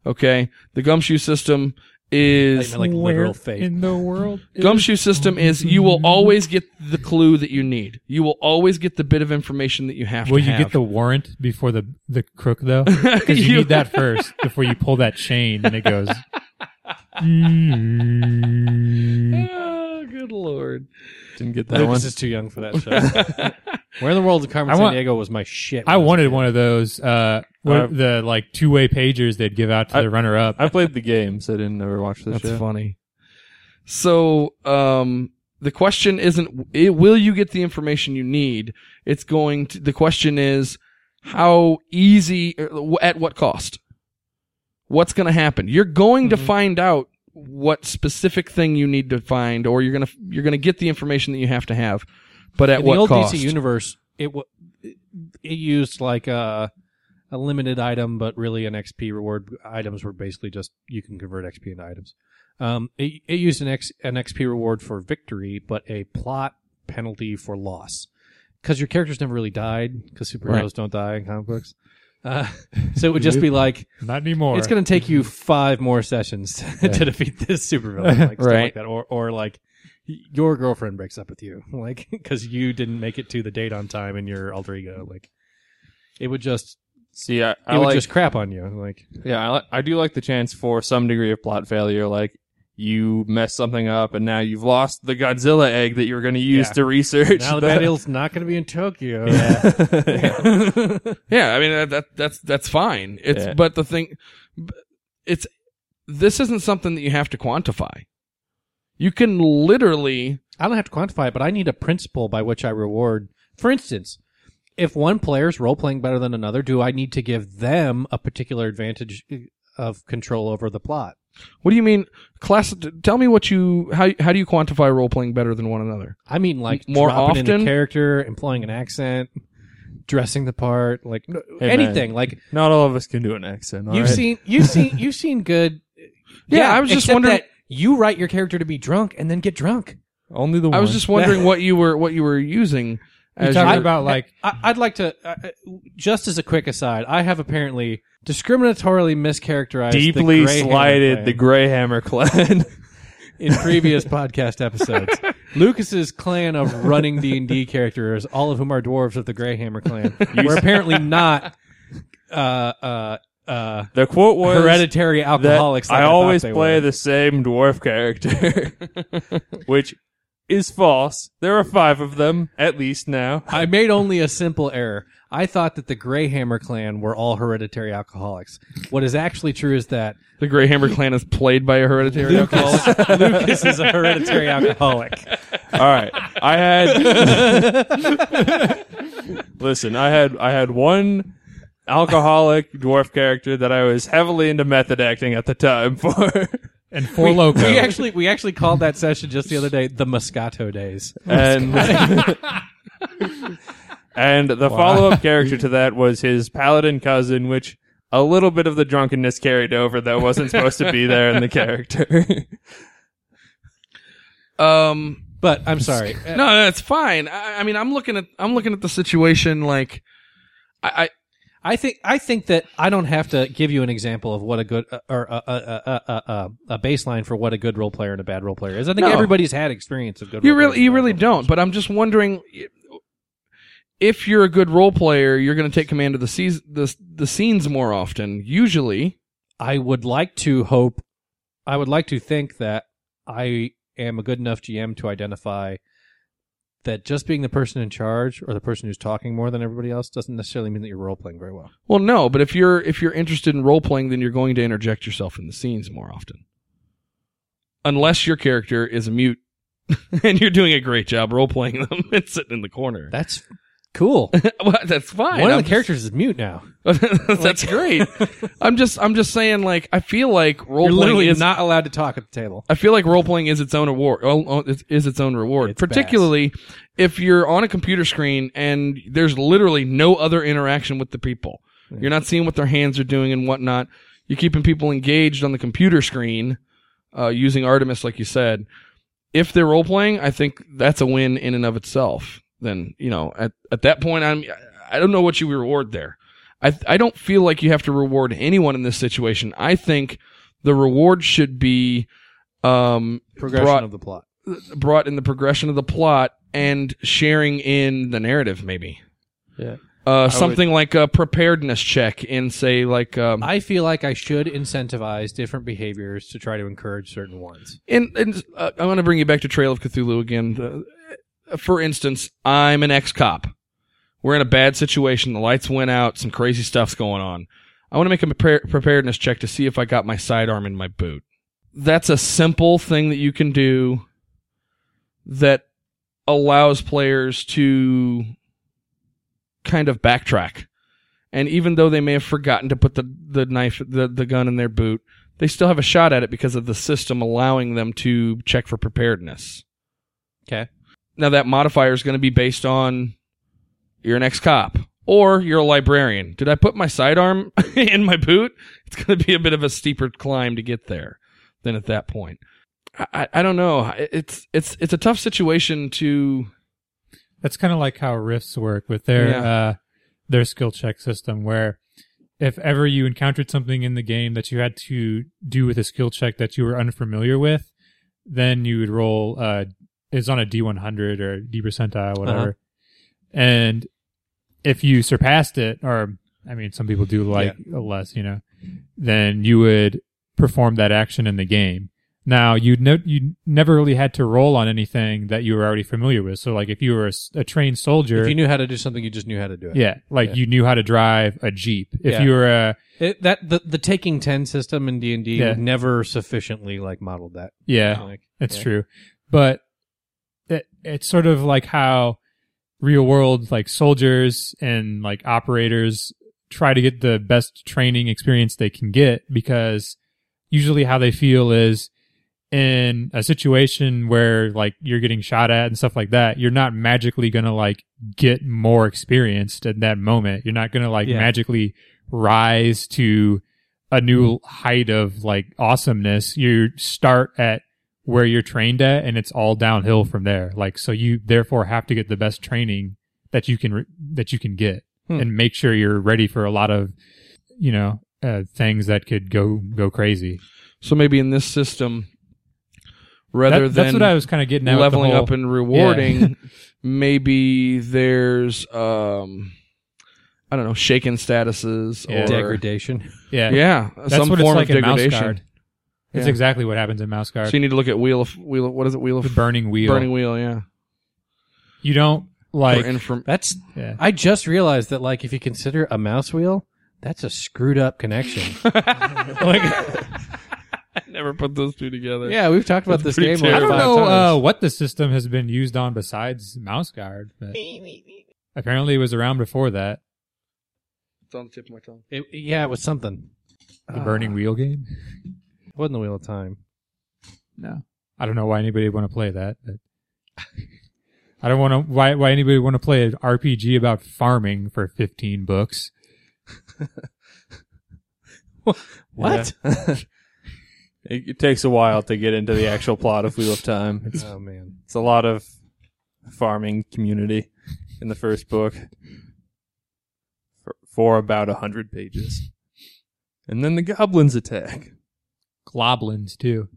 Speaker 3: Okay, the gumshoe system is
Speaker 6: like literal fate.
Speaker 5: in the world.
Speaker 3: gumshoe system is you will always get the clue that you need. You will always get the bit of information that you have
Speaker 5: Will
Speaker 3: to
Speaker 5: you
Speaker 3: have.
Speaker 5: get the warrant before the the crook though? Because you,
Speaker 3: You-
Speaker 5: need that first before you pull that chain and it goes. Mm.
Speaker 3: Oh, good lord.
Speaker 4: Didn't get that one.
Speaker 6: Lucas is too young for that show. Where in the world of Carmen
Speaker 5: I
Speaker 6: San
Speaker 5: want-
Speaker 6: Diego was my shit?
Speaker 5: I wanted one of those uh, one of the like two way pagers they'd give out to
Speaker 4: I-
Speaker 5: the runner up.
Speaker 4: I played the games. I didn't ever watch the
Speaker 3: That's
Speaker 4: show.
Speaker 3: funny. So, um, the question isn't i will you get the information you need. It's going to the question is how easy er, wh- at what cost. What's going to happen? You're going
Speaker 6: Mm-hmm.
Speaker 3: to find out what specific thing you need to find, or you're gonna you're gonna get the information that you have to have. But at
Speaker 6: in
Speaker 3: what
Speaker 6: the old
Speaker 3: cost?
Speaker 6: DC universe, it wa it it used like a a limited item, but really an XP reward. Items were basically just you can convert XP into items. Um, it, it used an X an XP reward for victory, but a plot penalty for loss because your characters never really died because superheroes
Speaker 3: Right.
Speaker 6: don't die in comic books. Uh, so it would just be like
Speaker 5: Not anymore.
Speaker 6: it's going to take you five more sessions to defeat this supervillain, like stuff
Speaker 3: Right.
Speaker 6: like that, or or like y- your girlfriend breaks up with you, like because you didn't make it to the date on time in your alter ego, like it would just
Speaker 4: See, I,
Speaker 6: it
Speaker 4: I
Speaker 6: would
Speaker 4: like,
Speaker 6: just crap on you, like
Speaker 4: yeah, I, li- I do like the chance for some degree of plot failure. Like you mess something up, and now you've lost the Godzilla egg that you were going to use
Speaker 6: Yeah.
Speaker 4: to research.
Speaker 6: now the
Speaker 4: the-
Speaker 6: battle's not going to be in Tokyo.
Speaker 3: Yeah, I mean that, that that's that's fine. It's
Speaker 4: Yeah.
Speaker 3: but the thing, it's this isn't something that you have to quantify. You can literally
Speaker 6: I don't have to quantify it, but I need a principle by which I reward. For instance, if one player's role playing better than another, do I need to give them a particular advantage uh, of control over the plot?
Speaker 3: What do you mean? Class, tell me what you how how do you quantify role playing better than one another?
Speaker 6: I mean, like
Speaker 3: M- more
Speaker 6: dropping in
Speaker 3: often?
Speaker 6: a character, employing an accent, dressing the part, like no-
Speaker 4: Hey, man.
Speaker 6: anything. Like
Speaker 4: Not all of us can do an accent. all
Speaker 6: you've
Speaker 4: right?
Speaker 6: seen, you've seen, you've seen good.
Speaker 3: Yeah, I was just
Speaker 6: except
Speaker 3: wondering-
Speaker 6: that you write your character to be drunk and then get drunk.
Speaker 4: only the one.
Speaker 3: I was just wondering what you were what you were using.
Speaker 5: You're
Speaker 3: As
Speaker 5: talking
Speaker 3: your-
Speaker 5: about like
Speaker 6: I, I'd like to, uh, uh, just as a quick aside, I have apparently discriminatorily mischaracterized the
Speaker 4: deeply
Speaker 6: Grey Hammer
Speaker 4: slighted the
Speaker 6: clan
Speaker 4: Grey Hammer clan.
Speaker 6: in previous podcast episodes. Lucas's clan of running D and D characters, all of whom are dwarves of the Greyhammer clan, were apparently not. Uh, uh, uh,
Speaker 4: the quote was
Speaker 6: hereditary
Speaker 4: that
Speaker 6: alcoholics. like
Speaker 4: I
Speaker 6: thought
Speaker 4: always
Speaker 6: they
Speaker 4: play
Speaker 6: were.
Speaker 4: the same dwarf character, which is false. There are five of them at least now.
Speaker 6: I made only a simple error. I thought that the Greyhammer clan were all hereditary alcoholics. What is actually true is that
Speaker 3: the Grey Hammer clan is played by a hereditary alcoholic.
Speaker 6: Lucas is a hereditary alcoholic.
Speaker 4: All right, I had. Listen, I had I had one alcoholic dwarf character that I was heavily into method acting at the time for.
Speaker 5: and four loco.
Speaker 6: We actually we actually called that session just the other day the Moscato days.
Speaker 4: and and the follow up character to that was his paladin cousin, which a little bit of the drunkenness carried over that wasn't supposed to be there in the character.
Speaker 3: Um,
Speaker 6: But I'm sorry.
Speaker 3: no, that's fine. I, I mean, I'm looking at I'm looking at the situation like I, I
Speaker 6: I think I think that I don't have to give you an example of what a good uh, or a a, a, a, a a baseline for what a good role player and a bad role player is. I think
Speaker 3: No.
Speaker 6: everybody's had experience of good.
Speaker 3: You
Speaker 6: role
Speaker 3: really,
Speaker 6: players and
Speaker 3: you
Speaker 6: bad
Speaker 3: really
Speaker 6: role players.
Speaker 3: don't. But I'm just wondering if you're a good role player, you're going to take command of the, seas the the scenes more often. Usually,
Speaker 6: I would like to hope, I would like to think that I am a good enough GM to identify that just being the person in charge or the person who's talking more than everybody else doesn't necessarily mean that you're role playing very well.
Speaker 3: well, no. But if you're if you're interested in role playing, then you're going to interject yourself in the scenes more often. Unless your character is a mute and you're doing a great job role playing them and sitting in the corner.
Speaker 6: That's cool.
Speaker 3: Well, that's fine.
Speaker 6: One of
Speaker 3: I'm
Speaker 6: the characters is mute now.
Speaker 3: just- that's great. I'm just I'm just saying like I feel like role
Speaker 6: You're literally
Speaker 3: playing is
Speaker 6: not allowed to talk at the table.
Speaker 3: I feel like role playing is its own award. oh, oh, it's- Is its own reward,
Speaker 6: It's
Speaker 3: particularly if you're on a computer screen and there's literally no other interaction with the people. You're not seeing what their hands are doing and whatnot. You're keeping people engaged on the computer screen uh, using Artemis, like you said, if they're role playing, I think that's a win in and of itself. Then you know, at at that point, I'm I don't know what you reward there. I I don't feel like you have to reward anyone in this situation. I think the reward should be um,
Speaker 6: Progression
Speaker 3: brought-
Speaker 6: of the plot.
Speaker 3: brought in the progression of the plot and sharing in the narrative, maybe.
Speaker 4: Yeah.
Speaker 3: Uh, something like a preparedness check in, say, like um,
Speaker 6: I feel like I should incentivize different behaviors to try to encourage certain ones.
Speaker 3: in. in uh, I want to bring you back to Trail of Cthulhu again. Uh, for instance, I'm an ex-cop. We're in a bad situation. The lights went out. Some crazy stuff's going on. I want to make a prepar- preparedness check to see if I got my sidearm in my boot. That's a simple thing that you can do that allows players to kind of backtrack. And even though they may have forgotten to put the, the knife, the, the gun in their boot, they still have a shot at it because of the system allowing them to check for preparedness.
Speaker 6: Okay.
Speaker 3: Now, that modifier is going to be based on you're an ex cop or you're a librarian. Did I put my sidearm in my boot? It's going to be a bit of a steeper climb to get there than at that point. I, I, I don't know. I- It's it's it's a tough situation to
Speaker 5: That's kind of like how rifts work with their
Speaker 3: Yeah.
Speaker 5: uh, their skill check system, where if ever you encountered something in the game that you had to do with a skill check that you were unfamiliar with, then you would roll. Uh, it's on a D one hundred or D percentile, whatever. And if you surpassed it, or I mean, some people do like less, you know, then you would perform that action in the game. Now you no, you never really had to roll on anything that you were already familiar with. So like if you were a, s- a trained soldier,
Speaker 6: If you knew how to do something, you just knew how to do it.
Speaker 5: yeah, like
Speaker 6: Yeah.
Speaker 5: you knew how to drive a jeep. If
Speaker 6: Yeah.
Speaker 5: you were a
Speaker 6: It- that the, the taking ten system in D and D
Speaker 5: Yeah.
Speaker 6: never sufficiently like modeled that.
Speaker 5: yeah,
Speaker 6: Like,
Speaker 5: That's
Speaker 6: Yeah.
Speaker 5: true. But it, it's sort of like how real world like soldiers and like operators try to get the best training experience they can get because usually how they feel is in a situation where like you're getting shot at and stuff like that you're not magically going to like get more experienced at that moment you're not going to like
Speaker 6: Yeah.
Speaker 5: magically rise to a new height of like awesomeness you start at where you're trained at and it's all downhill from there like so you therefore have to get the best training that you can re- that you can get
Speaker 6: Hmm.
Speaker 5: and make sure you're ready for a lot of you know uh, things that could go go crazy
Speaker 3: so maybe in this system
Speaker 5: That-
Speaker 3: rather
Speaker 5: that's
Speaker 3: than
Speaker 5: what i was kind of getting at with the
Speaker 3: leveling
Speaker 5: whole-
Speaker 3: up and rewarding maybe there's um i don't know shaken statuses
Speaker 5: Yeah.
Speaker 3: or
Speaker 6: Degradation.
Speaker 5: yeah
Speaker 3: yeah
Speaker 5: that's
Speaker 3: some
Speaker 5: what
Speaker 3: form
Speaker 5: it's like
Speaker 3: of
Speaker 5: in mouse
Speaker 3: degradation
Speaker 5: guard that's
Speaker 3: Yeah.
Speaker 5: exactly what happens in mouse guard
Speaker 3: so you need to look at wheel of wheel of- what is it wheel of
Speaker 5: the burning wheel
Speaker 3: burning wheel yeah
Speaker 5: you don't like
Speaker 3: For inform-
Speaker 6: That's
Speaker 5: yeah.
Speaker 6: I just realized that like if you consider a mouse wheel, that's a screwed up connection. like,
Speaker 3: never put those two together
Speaker 6: yeah, we've talked about
Speaker 3: That's
Speaker 6: this game.
Speaker 3: pretty
Speaker 5: I
Speaker 6: like
Speaker 5: don't
Speaker 6: five
Speaker 5: know uh,
Speaker 6: times.
Speaker 5: what the system has been used on besides mouse guard but apparently it was around before that
Speaker 3: it's on the tip of my tongue
Speaker 6: It- yeah, it was something.
Speaker 5: the
Speaker 3: Uh.
Speaker 5: burning wheel game
Speaker 6: It wasn't the wheel of time.
Speaker 5: No. I don't know why anybody would want to play that. But I don't want to why why anybody would want to play an RPG about farming for 15 books.
Speaker 6: What?
Speaker 4: It, it takes a while to get into the actual plot of Wheel of Time. It's,
Speaker 6: oh man.
Speaker 4: it's a lot of farming community in the first book for, for about a hundred pages, and then the goblins attack.
Speaker 5: Globlins too.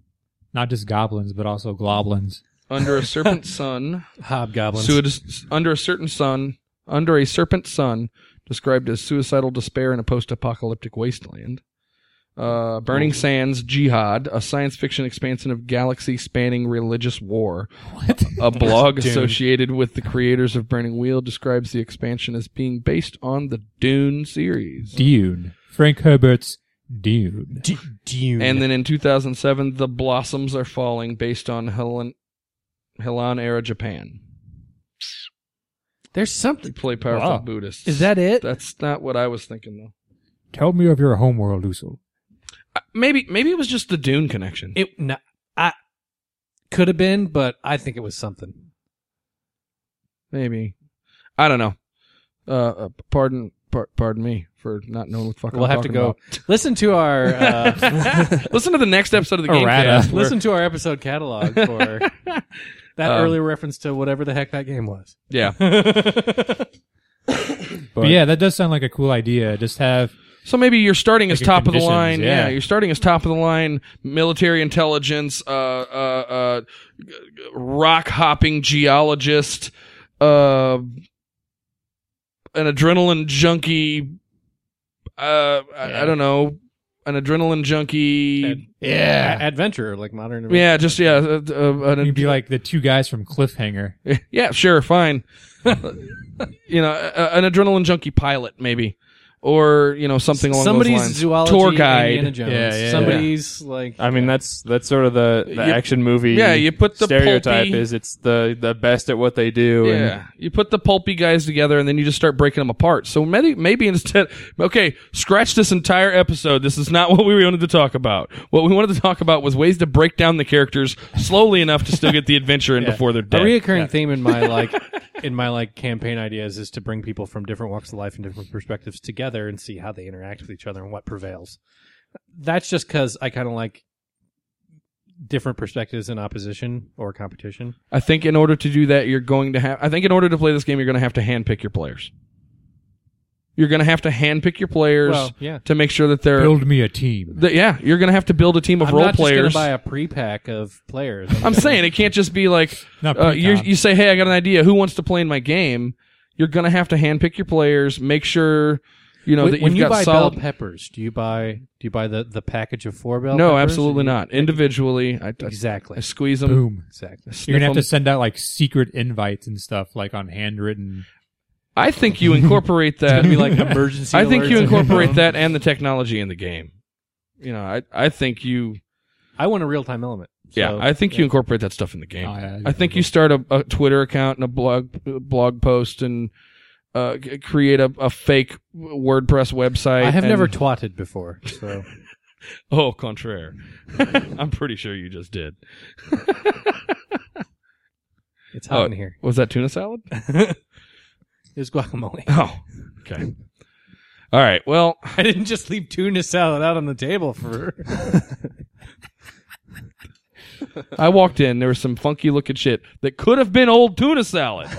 Speaker 5: Not just goblins, but also globlins.
Speaker 3: under a serpent sun
Speaker 6: Hobgoblins.
Speaker 3: Suid- under a certain sun, under a serpent sun, described as suicidal despair in a post-apocalyptic wasteland. Uh, Burning Sands Jihad, a science fiction expansion of galaxy-spanning religious war. A blog
Speaker 5: Dune.
Speaker 3: associated with the creators of Burning Wheel describes the expansion as being based on the Dune series.
Speaker 5: Dune. Frank Herbert's Dune.
Speaker 6: D- Dune.
Speaker 3: And then in 2007, The Blossoms Are Falling, based on Helen, Helan era Japan.
Speaker 6: there's something.
Speaker 3: Play powerful
Speaker 5: Wow.
Speaker 3: Buddhists.
Speaker 6: Is that it?
Speaker 3: That's not what I was thinking though.
Speaker 5: Tell me of your homeworld, Usul.
Speaker 3: Uh, Maybe maybe it was just the Dune connection.
Speaker 6: It no, I could have been, but I think it was something.
Speaker 3: Maybe I don't know. Uh, uh, pardon Par- pardon me for not knowing what the fuck
Speaker 6: We'll
Speaker 3: I'm
Speaker 6: have to
Speaker 3: talking
Speaker 6: go
Speaker 3: about.
Speaker 6: listen to our uh,
Speaker 3: Listen to the next episode of the
Speaker 5: Errata.
Speaker 3: Gamecast.
Speaker 6: listen to our episode catalog for that
Speaker 3: Um,
Speaker 6: earlier reference to whatever the heck that game was.
Speaker 3: Yeah.
Speaker 5: But, yeah, that does sound like a cool idea. Just have
Speaker 3: So maybe you're starting as
Speaker 5: Like
Speaker 3: top of the
Speaker 5: conditions,
Speaker 3: line. Yeah.
Speaker 5: yeah.
Speaker 3: you're starting as top of the line military intelligence, uh, uh, uh, rock hopping geologist, uh, an adrenaline junkie. Uh, I, I don't know, an adrenaline junkie.
Speaker 6: A- adventure like modern. adventure.
Speaker 3: yeah, just yeah, uh, uh, an,
Speaker 5: you'd be like the two guys from Cliffhanger.
Speaker 3: yeah, sure, fine. you know, a, an adrenaline junkie pilot maybe, or you know something along
Speaker 6: Somebody's
Speaker 3: those lines.
Speaker 6: zoology
Speaker 3: Tour guide.
Speaker 6: Indiana Jones.
Speaker 5: Yeah, yeah, yeah.
Speaker 6: Somebody's like
Speaker 4: I mean, that's that's sort of the, the
Speaker 3: You-
Speaker 4: action movie.
Speaker 3: yeah, you put the
Speaker 4: stereotype
Speaker 3: pulpy-
Speaker 4: is it's the the best at what they do.
Speaker 3: Yeah, you put the pulpy guys together, and then you just start breaking them apart. So maybe, maybe instead, okay, scratch this entire episode. This is not what we wanted to talk about. What we wanted to talk about was ways to break down the characters slowly enough to still get the adventure in before they're
Speaker 6: a
Speaker 3: dead.
Speaker 6: reoccurring theme in my like in my like campaign ideas is to bring people from different walks of life and different perspectives together and see how they interact with each other and what prevails. That's just because I kind of like different perspectives in opposition or competition.
Speaker 3: I think in order to do that, you're going to have. I think in order to play this game, you're going to have to handpick your players. You're going to have to handpick your players
Speaker 6: Well, yeah.
Speaker 3: to make sure that they're.
Speaker 5: Build me a team.
Speaker 3: that- yeah, you're going to have to build a team of
Speaker 6: I'm
Speaker 3: role
Speaker 6: not
Speaker 3: players.
Speaker 6: just gonna buy a pre-pack of players.
Speaker 3: I'm saying it can't just be like
Speaker 5: Not
Speaker 3: uh,
Speaker 5: pre-con.
Speaker 3: you you say, "Hey, I got an idea. Who wants to play in my game?" You're gonna have to handpick your players, make sure you know
Speaker 6: when,
Speaker 3: that
Speaker 6: when
Speaker 3: you've
Speaker 6: you
Speaker 3: got
Speaker 6: buy
Speaker 3: solid.
Speaker 6: bell peppers, do you buy do you buy the the package of four bell?
Speaker 3: no,
Speaker 6: peppers?
Speaker 3: absolutely not. Individually, I, I, I
Speaker 6: Exactly.
Speaker 3: squeeze them.
Speaker 5: Boom.
Speaker 6: Exactly.
Speaker 5: You're gonna have to send out like secret invites and stuff, like on handwritten.
Speaker 3: I think you incorporate that.
Speaker 6: Be like emergency.
Speaker 3: I think
Speaker 6: alerts
Speaker 3: you
Speaker 6: on your
Speaker 3: incorporate
Speaker 6: phone.
Speaker 3: that and the technology in the game. You know, I I think you.
Speaker 6: I want a real time element.
Speaker 3: Yeah,
Speaker 6: So-
Speaker 3: I think you incorporate that stuff in the game.
Speaker 5: Oh, yeah,
Speaker 3: I think you start a, a Twitter account and a blog blog post and uh, g- create a, a fake WordPress website.
Speaker 6: I have
Speaker 3: and-
Speaker 6: never twatted before, so
Speaker 3: Oh, contraire. I'm pretty sure you just did.
Speaker 6: it's hot
Speaker 3: Oh.
Speaker 6: in here.
Speaker 3: Was that tuna salad?
Speaker 6: It's guacamole.
Speaker 3: Oh, okay. All right. Well,
Speaker 6: I didn't just leave tuna salad out on the table for.
Speaker 3: I walked in. There was some funky looking shit that could have been old tuna salad.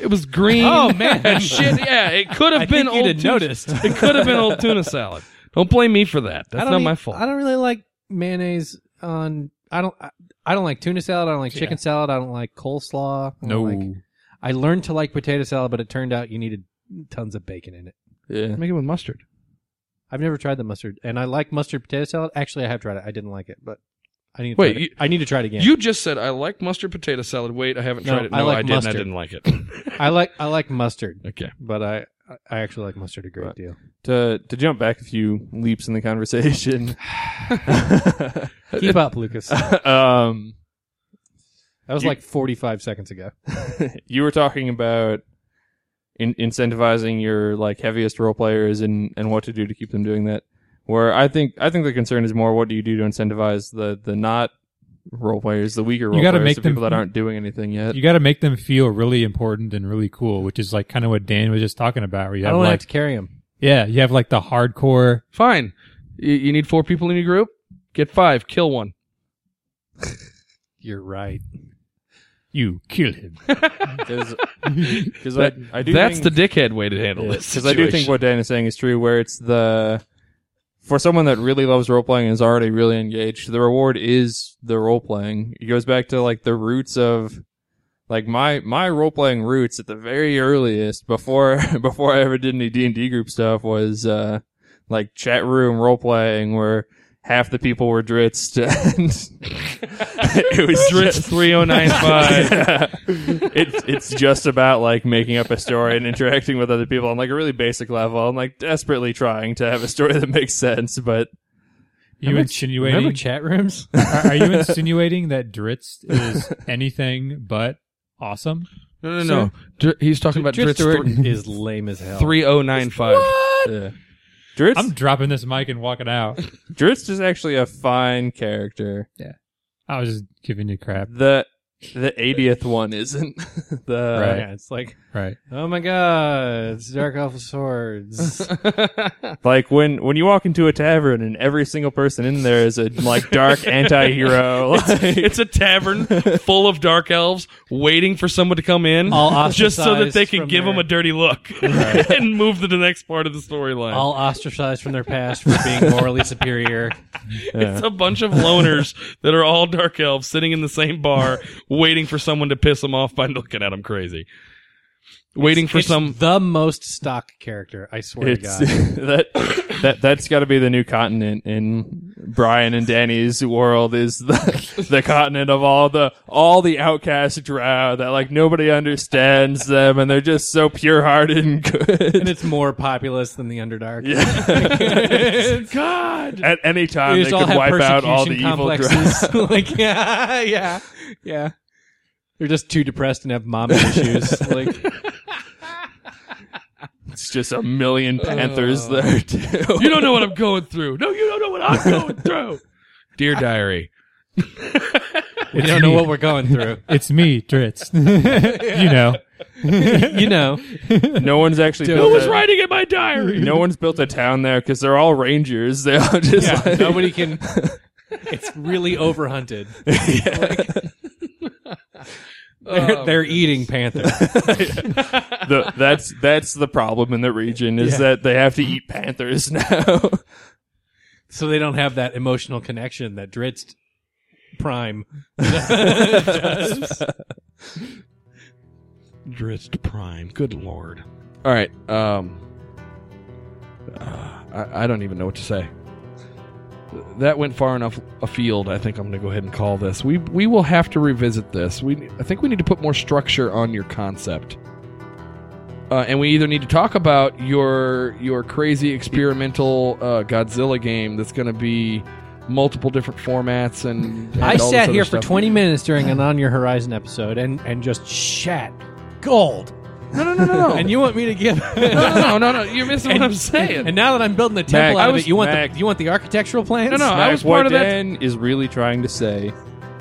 Speaker 3: It was green.
Speaker 6: Oh, man.
Speaker 3: and shit. Yeah, it could have
Speaker 6: I
Speaker 3: been
Speaker 6: think you'd
Speaker 3: old.
Speaker 6: have
Speaker 3: tuna-
Speaker 6: noticed.
Speaker 3: It could have been old tuna salad. Don't blame me for that. That's not my fault.
Speaker 6: I don't really like mayonnaise on. I don't. I, I don't like tuna salad. I don't like chicken salad. I don't like coleslaw. I don't like- I learned to like potato salad, but it turned out you needed tons of bacon in it.
Speaker 4: yeah.
Speaker 3: Make it with mustard.
Speaker 6: I've never tried the mustard, and I like mustard potato salad. Actually, I have tried it. I didn't like it, but I need. To
Speaker 3: Wait,
Speaker 6: try it.
Speaker 3: you-
Speaker 6: I need to try it again.
Speaker 3: You just said I like mustard potato salad. Wait, I haven't
Speaker 6: No,
Speaker 3: tried it. No,
Speaker 6: I
Speaker 3: I,
Speaker 6: like
Speaker 3: did. and I
Speaker 6: mustard.
Speaker 3: didn't like it.
Speaker 6: I like I like mustard,
Speaker 3: okay.
Speaker 6: but I I actually like mustard a great
Speaker 4: Right.
Speaker 6: deal.
Speaker 4: To to jump back a few leaps in the conversation.
Speaker 6: Keep up, Lucas. That
Speaker 4: um,
Speaker 6: was
Speaker 4: You-
Speaker 6: like 45 seconds ago.
Speaker 4: you were talking about in- incentivizing your like heaviest role players and and what to do to keep them doing that. Where I think I think the concern is more what do you do to incentivize the the not role players, the weaker role
Speaker 5: gotta
Speaker 4: players,
Speaker 5: make
Speaker 4: the
Speaker 5: them-
Speaker 4: people that aren't doing anything yet.
Speaker 5: You got to make them feel really important and really cool, which is like kind of what Dan was just talking about. Where you
Speaker 6: I
Speaker 5: have
Speaker 6: don't
Speaker 5: like,
Speaker 6: have to carry him.
Speaker 5: yeah, you have like the hardcore.
Speaker 3: Fine. You, you need four people in your group. Get five. Kill one.
Speaker 6: You're right.
Speaker 5: You kill him.
Speaker 4: Because I,
Speaker 3: That-
Speaker 4: I do
Speaker 3: That's
Speaker 4: think-
Speaker 3: the dickhead way to handle this.
Speaker 4: Because I do think
Speaker 3: situation.
Speaker 4: what Dan is saying is true, where it's the for someone that really loves role playing and is already really engaged, the reward is the role playing. It goes back to like the roots of like my my role playing roots at the very earliest before before I ever did any D and D group stuff was uh like chat room role playing where half the people were dritzed and it was
Speaker 3: Dritz
Speaker 4: just-
Speaker 3: 3095.
Speaker 4: it, it's just about like making up a story and interacting with other people on like a really basic level and like desperately trying to have a story that makes sense but
Speaker 5: You
Speaker 6: Remember
Speaker 5: insinuating?
Speaker 6: chat rooms?
Speaker 5: are, are you insinuating that Dritz is anything but awesome?
Speaker 3: No, no, no. Dr- he's talking about
Speaker 6: Trish
Speaker 3: Dritz
Speaker 6: Thornton is lame as hell.
Speaker 3: 3095.
Speaker 4: yeah. Dritz,
Speaker 5: I'm dropping this mic and walking out.
Speaker 4: Dritz is actually a fine character
Speaker 5: I was just giving you crap.
Speaker 4: the the 80th one isn't the
Speaker 5: Right.
Speaker 6: Yeah, it's like,
Speaker 5: Right.
Speaker 6: oh my god, it's Dark Elf Swords.
Speaker 4: like when when you walk into a tavern and every single person in there is a like dark anti-hero like-
Speaker 3: it's a tavern full of dark elves waiting for someone to come in,
Speaker 6: All
Speaker 3: just so that they
Speaker 6: ostracized
Speaker 3: can
Speaker 6: from
Speaker 3: give them
Speaker 6: their-
Speaker 3: a dirty look and move to the next part of the storyline.
Speaker 6: all ostracized from their past for being morally superior.
Speaker 3: It's a bunch of loners that are all dark elves sitting in the same bar, waiting for someone to piss them off by looking at them crazy, waiting for
Speaker 6: It's
Speaker 3: some.
Speaker 6: the most stock character. I swear
Speaker 4: it's
Speaker 6: to God.
Speaker 4: that that that's got to be the new continent in Brian and Danny's world is the the continent of all the all the outcast drow that like nobody understands them and they're just so pure-hearted and
Speaker 6: And
Speaker 4: good.
Speaker 6: it's more populous than the Underdark.
Speaker 4: God, at any time
Speaker 6: You
Speaker 4: they
Speaker 6: just all
Speaker 4: could
Speaker 6: have
Speaker 4: wipe out
Speaker 6: persecution
Speaker 4: all the evil drow.
Speaker 6: complexes. like yeah, yeah, yeah. They're just too depressed and have mommy issues. Like
Speaker 4: It's just a million panthers
Speaker 3: Oh.
Speaker 4: there too.
Speaker 3: You don't know what I'm going through. No, you don't know what I'm going through. Dear diary,
Speaker 6: we don't know what we're going through.
Speaker 5: It's me, Dritz. you know.
Speaker 6: You know,
Speaker 4: No one's actually
Speaker 6: Dude.
Speaker 4: built
Speaker 6: Who
Speaker 3: who's
Speaker 4: a-
Speaker 3: writing in my diary?
Speaker 4: No one's built a town there because they're all rangers. They all just like,
Speaker 6: nobody can. It's really overhunted. Like, they're, they're eating panther.
Speaker 4: the, that's that's the problem in the region is that they have to eat panthers now.
Speaker 6: so they don't have that emotional connection that Dritz Prime.
Speaker 3: Drizzt Prime. Good lord. All right. Um, uh, I, I don't even know what to say. That went far enough afield. I think I'm going to go ahead and call this. We we will have to revisit this. We I think we need to put more structure on your concept. Uh, and we either need to talk about your your crazy experimental uh, Godzilla game that's going to be multiple different formats and, and
Speaker 6: I
Speaker 3: all this
Speaker 6: sat
Speaker 3: other
Speaker 6: here for
Speaker 3: stuff.
Speaker 6: 20 minutes during an On Your Horizon episode and, and just shat gold.
Speaker 3: No, no, no,
Speaker 6: And you want me to give?
Speaker 3: no, no, no, no. You're missing what I'm saying.
Speaker 6: And now that I'm building the temple
Speaker 4: Mac, I
Speaker 6: out of
Speaker 4: was-
Speaker 6: it, you want
Speaker 4: Mac.
Speaker 6: the you want the architectural plans?
Speaker 3: No, no, I
Speaker 4: Mac,
Speaker 3: was part
Speaker 4: what
Speaker 3: of that-
Speaker 4: Dan is really trying to say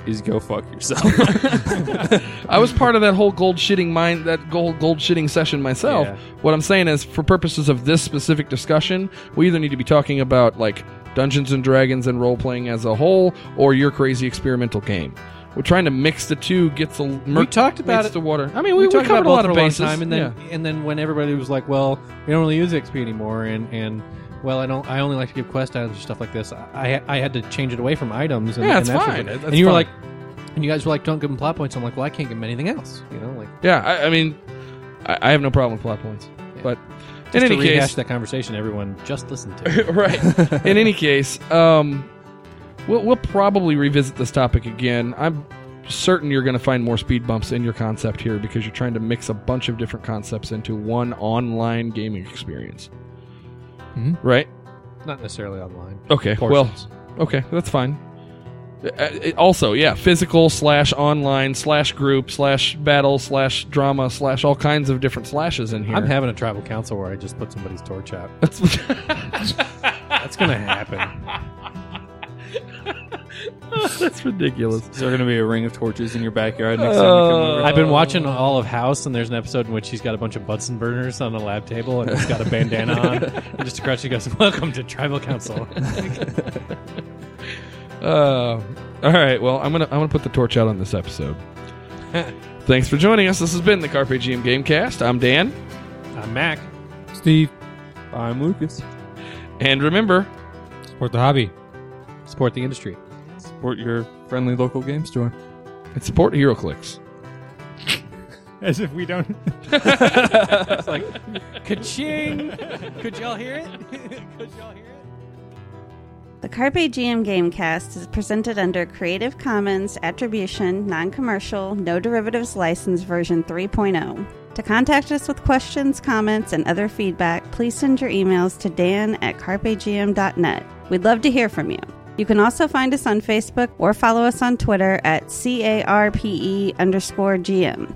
Speaker 4: is go fuck yourself.
Speaker 3: I was part of that whole gold shitting mind that gold gold shitting session myself.
Speaker 4: Yeah.
Speaker 3: What I'm saying is for purposes of this specific discussion, we either need to be talking about like Dungeons and Dragons and role playing as a whole or your crazy experimental game. We're trying to mix the two, get the mer-
Speaker 6: We talked about
Speaker 3: mix
Speaker 6: it-
Speaker 3: the water. I mean, we, we
Speaker 6: talked
Speaker 3: covered a
Speaker 6: about
Speaker 3: lot
Speaker 6: both
Speaker 3: of
Speaker 6: for
Speaker 3: bases.
Speaker 6: long time, and then and then when everybody was like, "Well, we don't really use XP anymore," and and well, I don't. I only like to give quest items and stuff like this. I I had to change it away from items. And,
Speaker 3: Yeah,
Speaker 6: and
Speaker 3: it's
Speaker 6: that sort of
Speaker 3: fine.
Speaker 6: thing.
Speaker 3: That's
Speaker 6: and you were
Speaker 3: fine.
Speaker 6: like, and you guys were like, "Don't give them plot points." I'm like, "Well, I can't give them anything else." You know, like
Speaker 3: yeah, yeah I, I mean, I, I have no problem with plot points, but in
Speaker 6: just
Speaker 3: any
Speaker 6: to rehash
Speaker 3: case,
Speaker 6: that conversation everyone just listened to.
Speaker 3: right. In any case, um, we'll, we'll probably revisit this topic again. I'm certain you're going to find more speed bumps in your concept here because you're trying to mix a bunch of different concepts into one online gaming experience.
Speaker 5: Mhm.
Speaker 3: Right?
Speaker 6: Not necessarily online.
Speaker 3: Okay.
Speaker 6: Mm-hmm. Portions.
Speaker 3: Well, okay, that's fine. Uh, it- Also, yeah, physical slash online slash group slash battle slash drama slash all kinds of different slashes in here.
Speaker 6: I'm having a tribal council where I just put somebody's torch out. That's gonna happen.
Speaker 3: that's ridiculous.
Speaker 4: Is there going to be a ring of torches in your backyard next
Speaker 6: Uh, I've been watching all of House, and there's an episode in which he's got a bunch of Bunsen burners on a lab table, and he's got a bandana on, and just a crutch. He goes, "Welcome to tribal council."
Speaker 3: Uh, all right. Well, I'm gonna I'm gonna put the torch out on this episode. Thanks for joining us. This has been the Carpe GM Gamecast. I'm Dan,
Speaker 6: I'm Mac.
Speaker 5: Steve,
Speaker 4: time? I'm Lucas.
Speaker 3: and remember,
Speaker 5: support the hobby.
Speaker 6: Support the industry.
Speaker 4: Support your friendly local game store.
Speaker 3: it's support HeroClix.
Speaker 5: As if we don't.
Speaker 6: It's like, ka-ching! Could y'all hear it? Could y'all hear it?
Speaker 7: The Carpe GM Gamecast is presented under Creative Commons Attribution, Non Commercial, No Derivatives License version 3.0. To contact us with questions, comments, and other feedback, please send your emails to dan at carpegm.net. We'd love to hear from you. You can also find us on Facebook or follow us E on Twitter at CARPE underscore GM.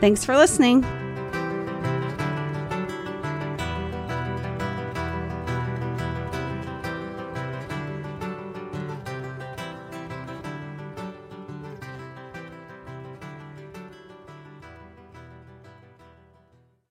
Speaker 7: Thanks for listening.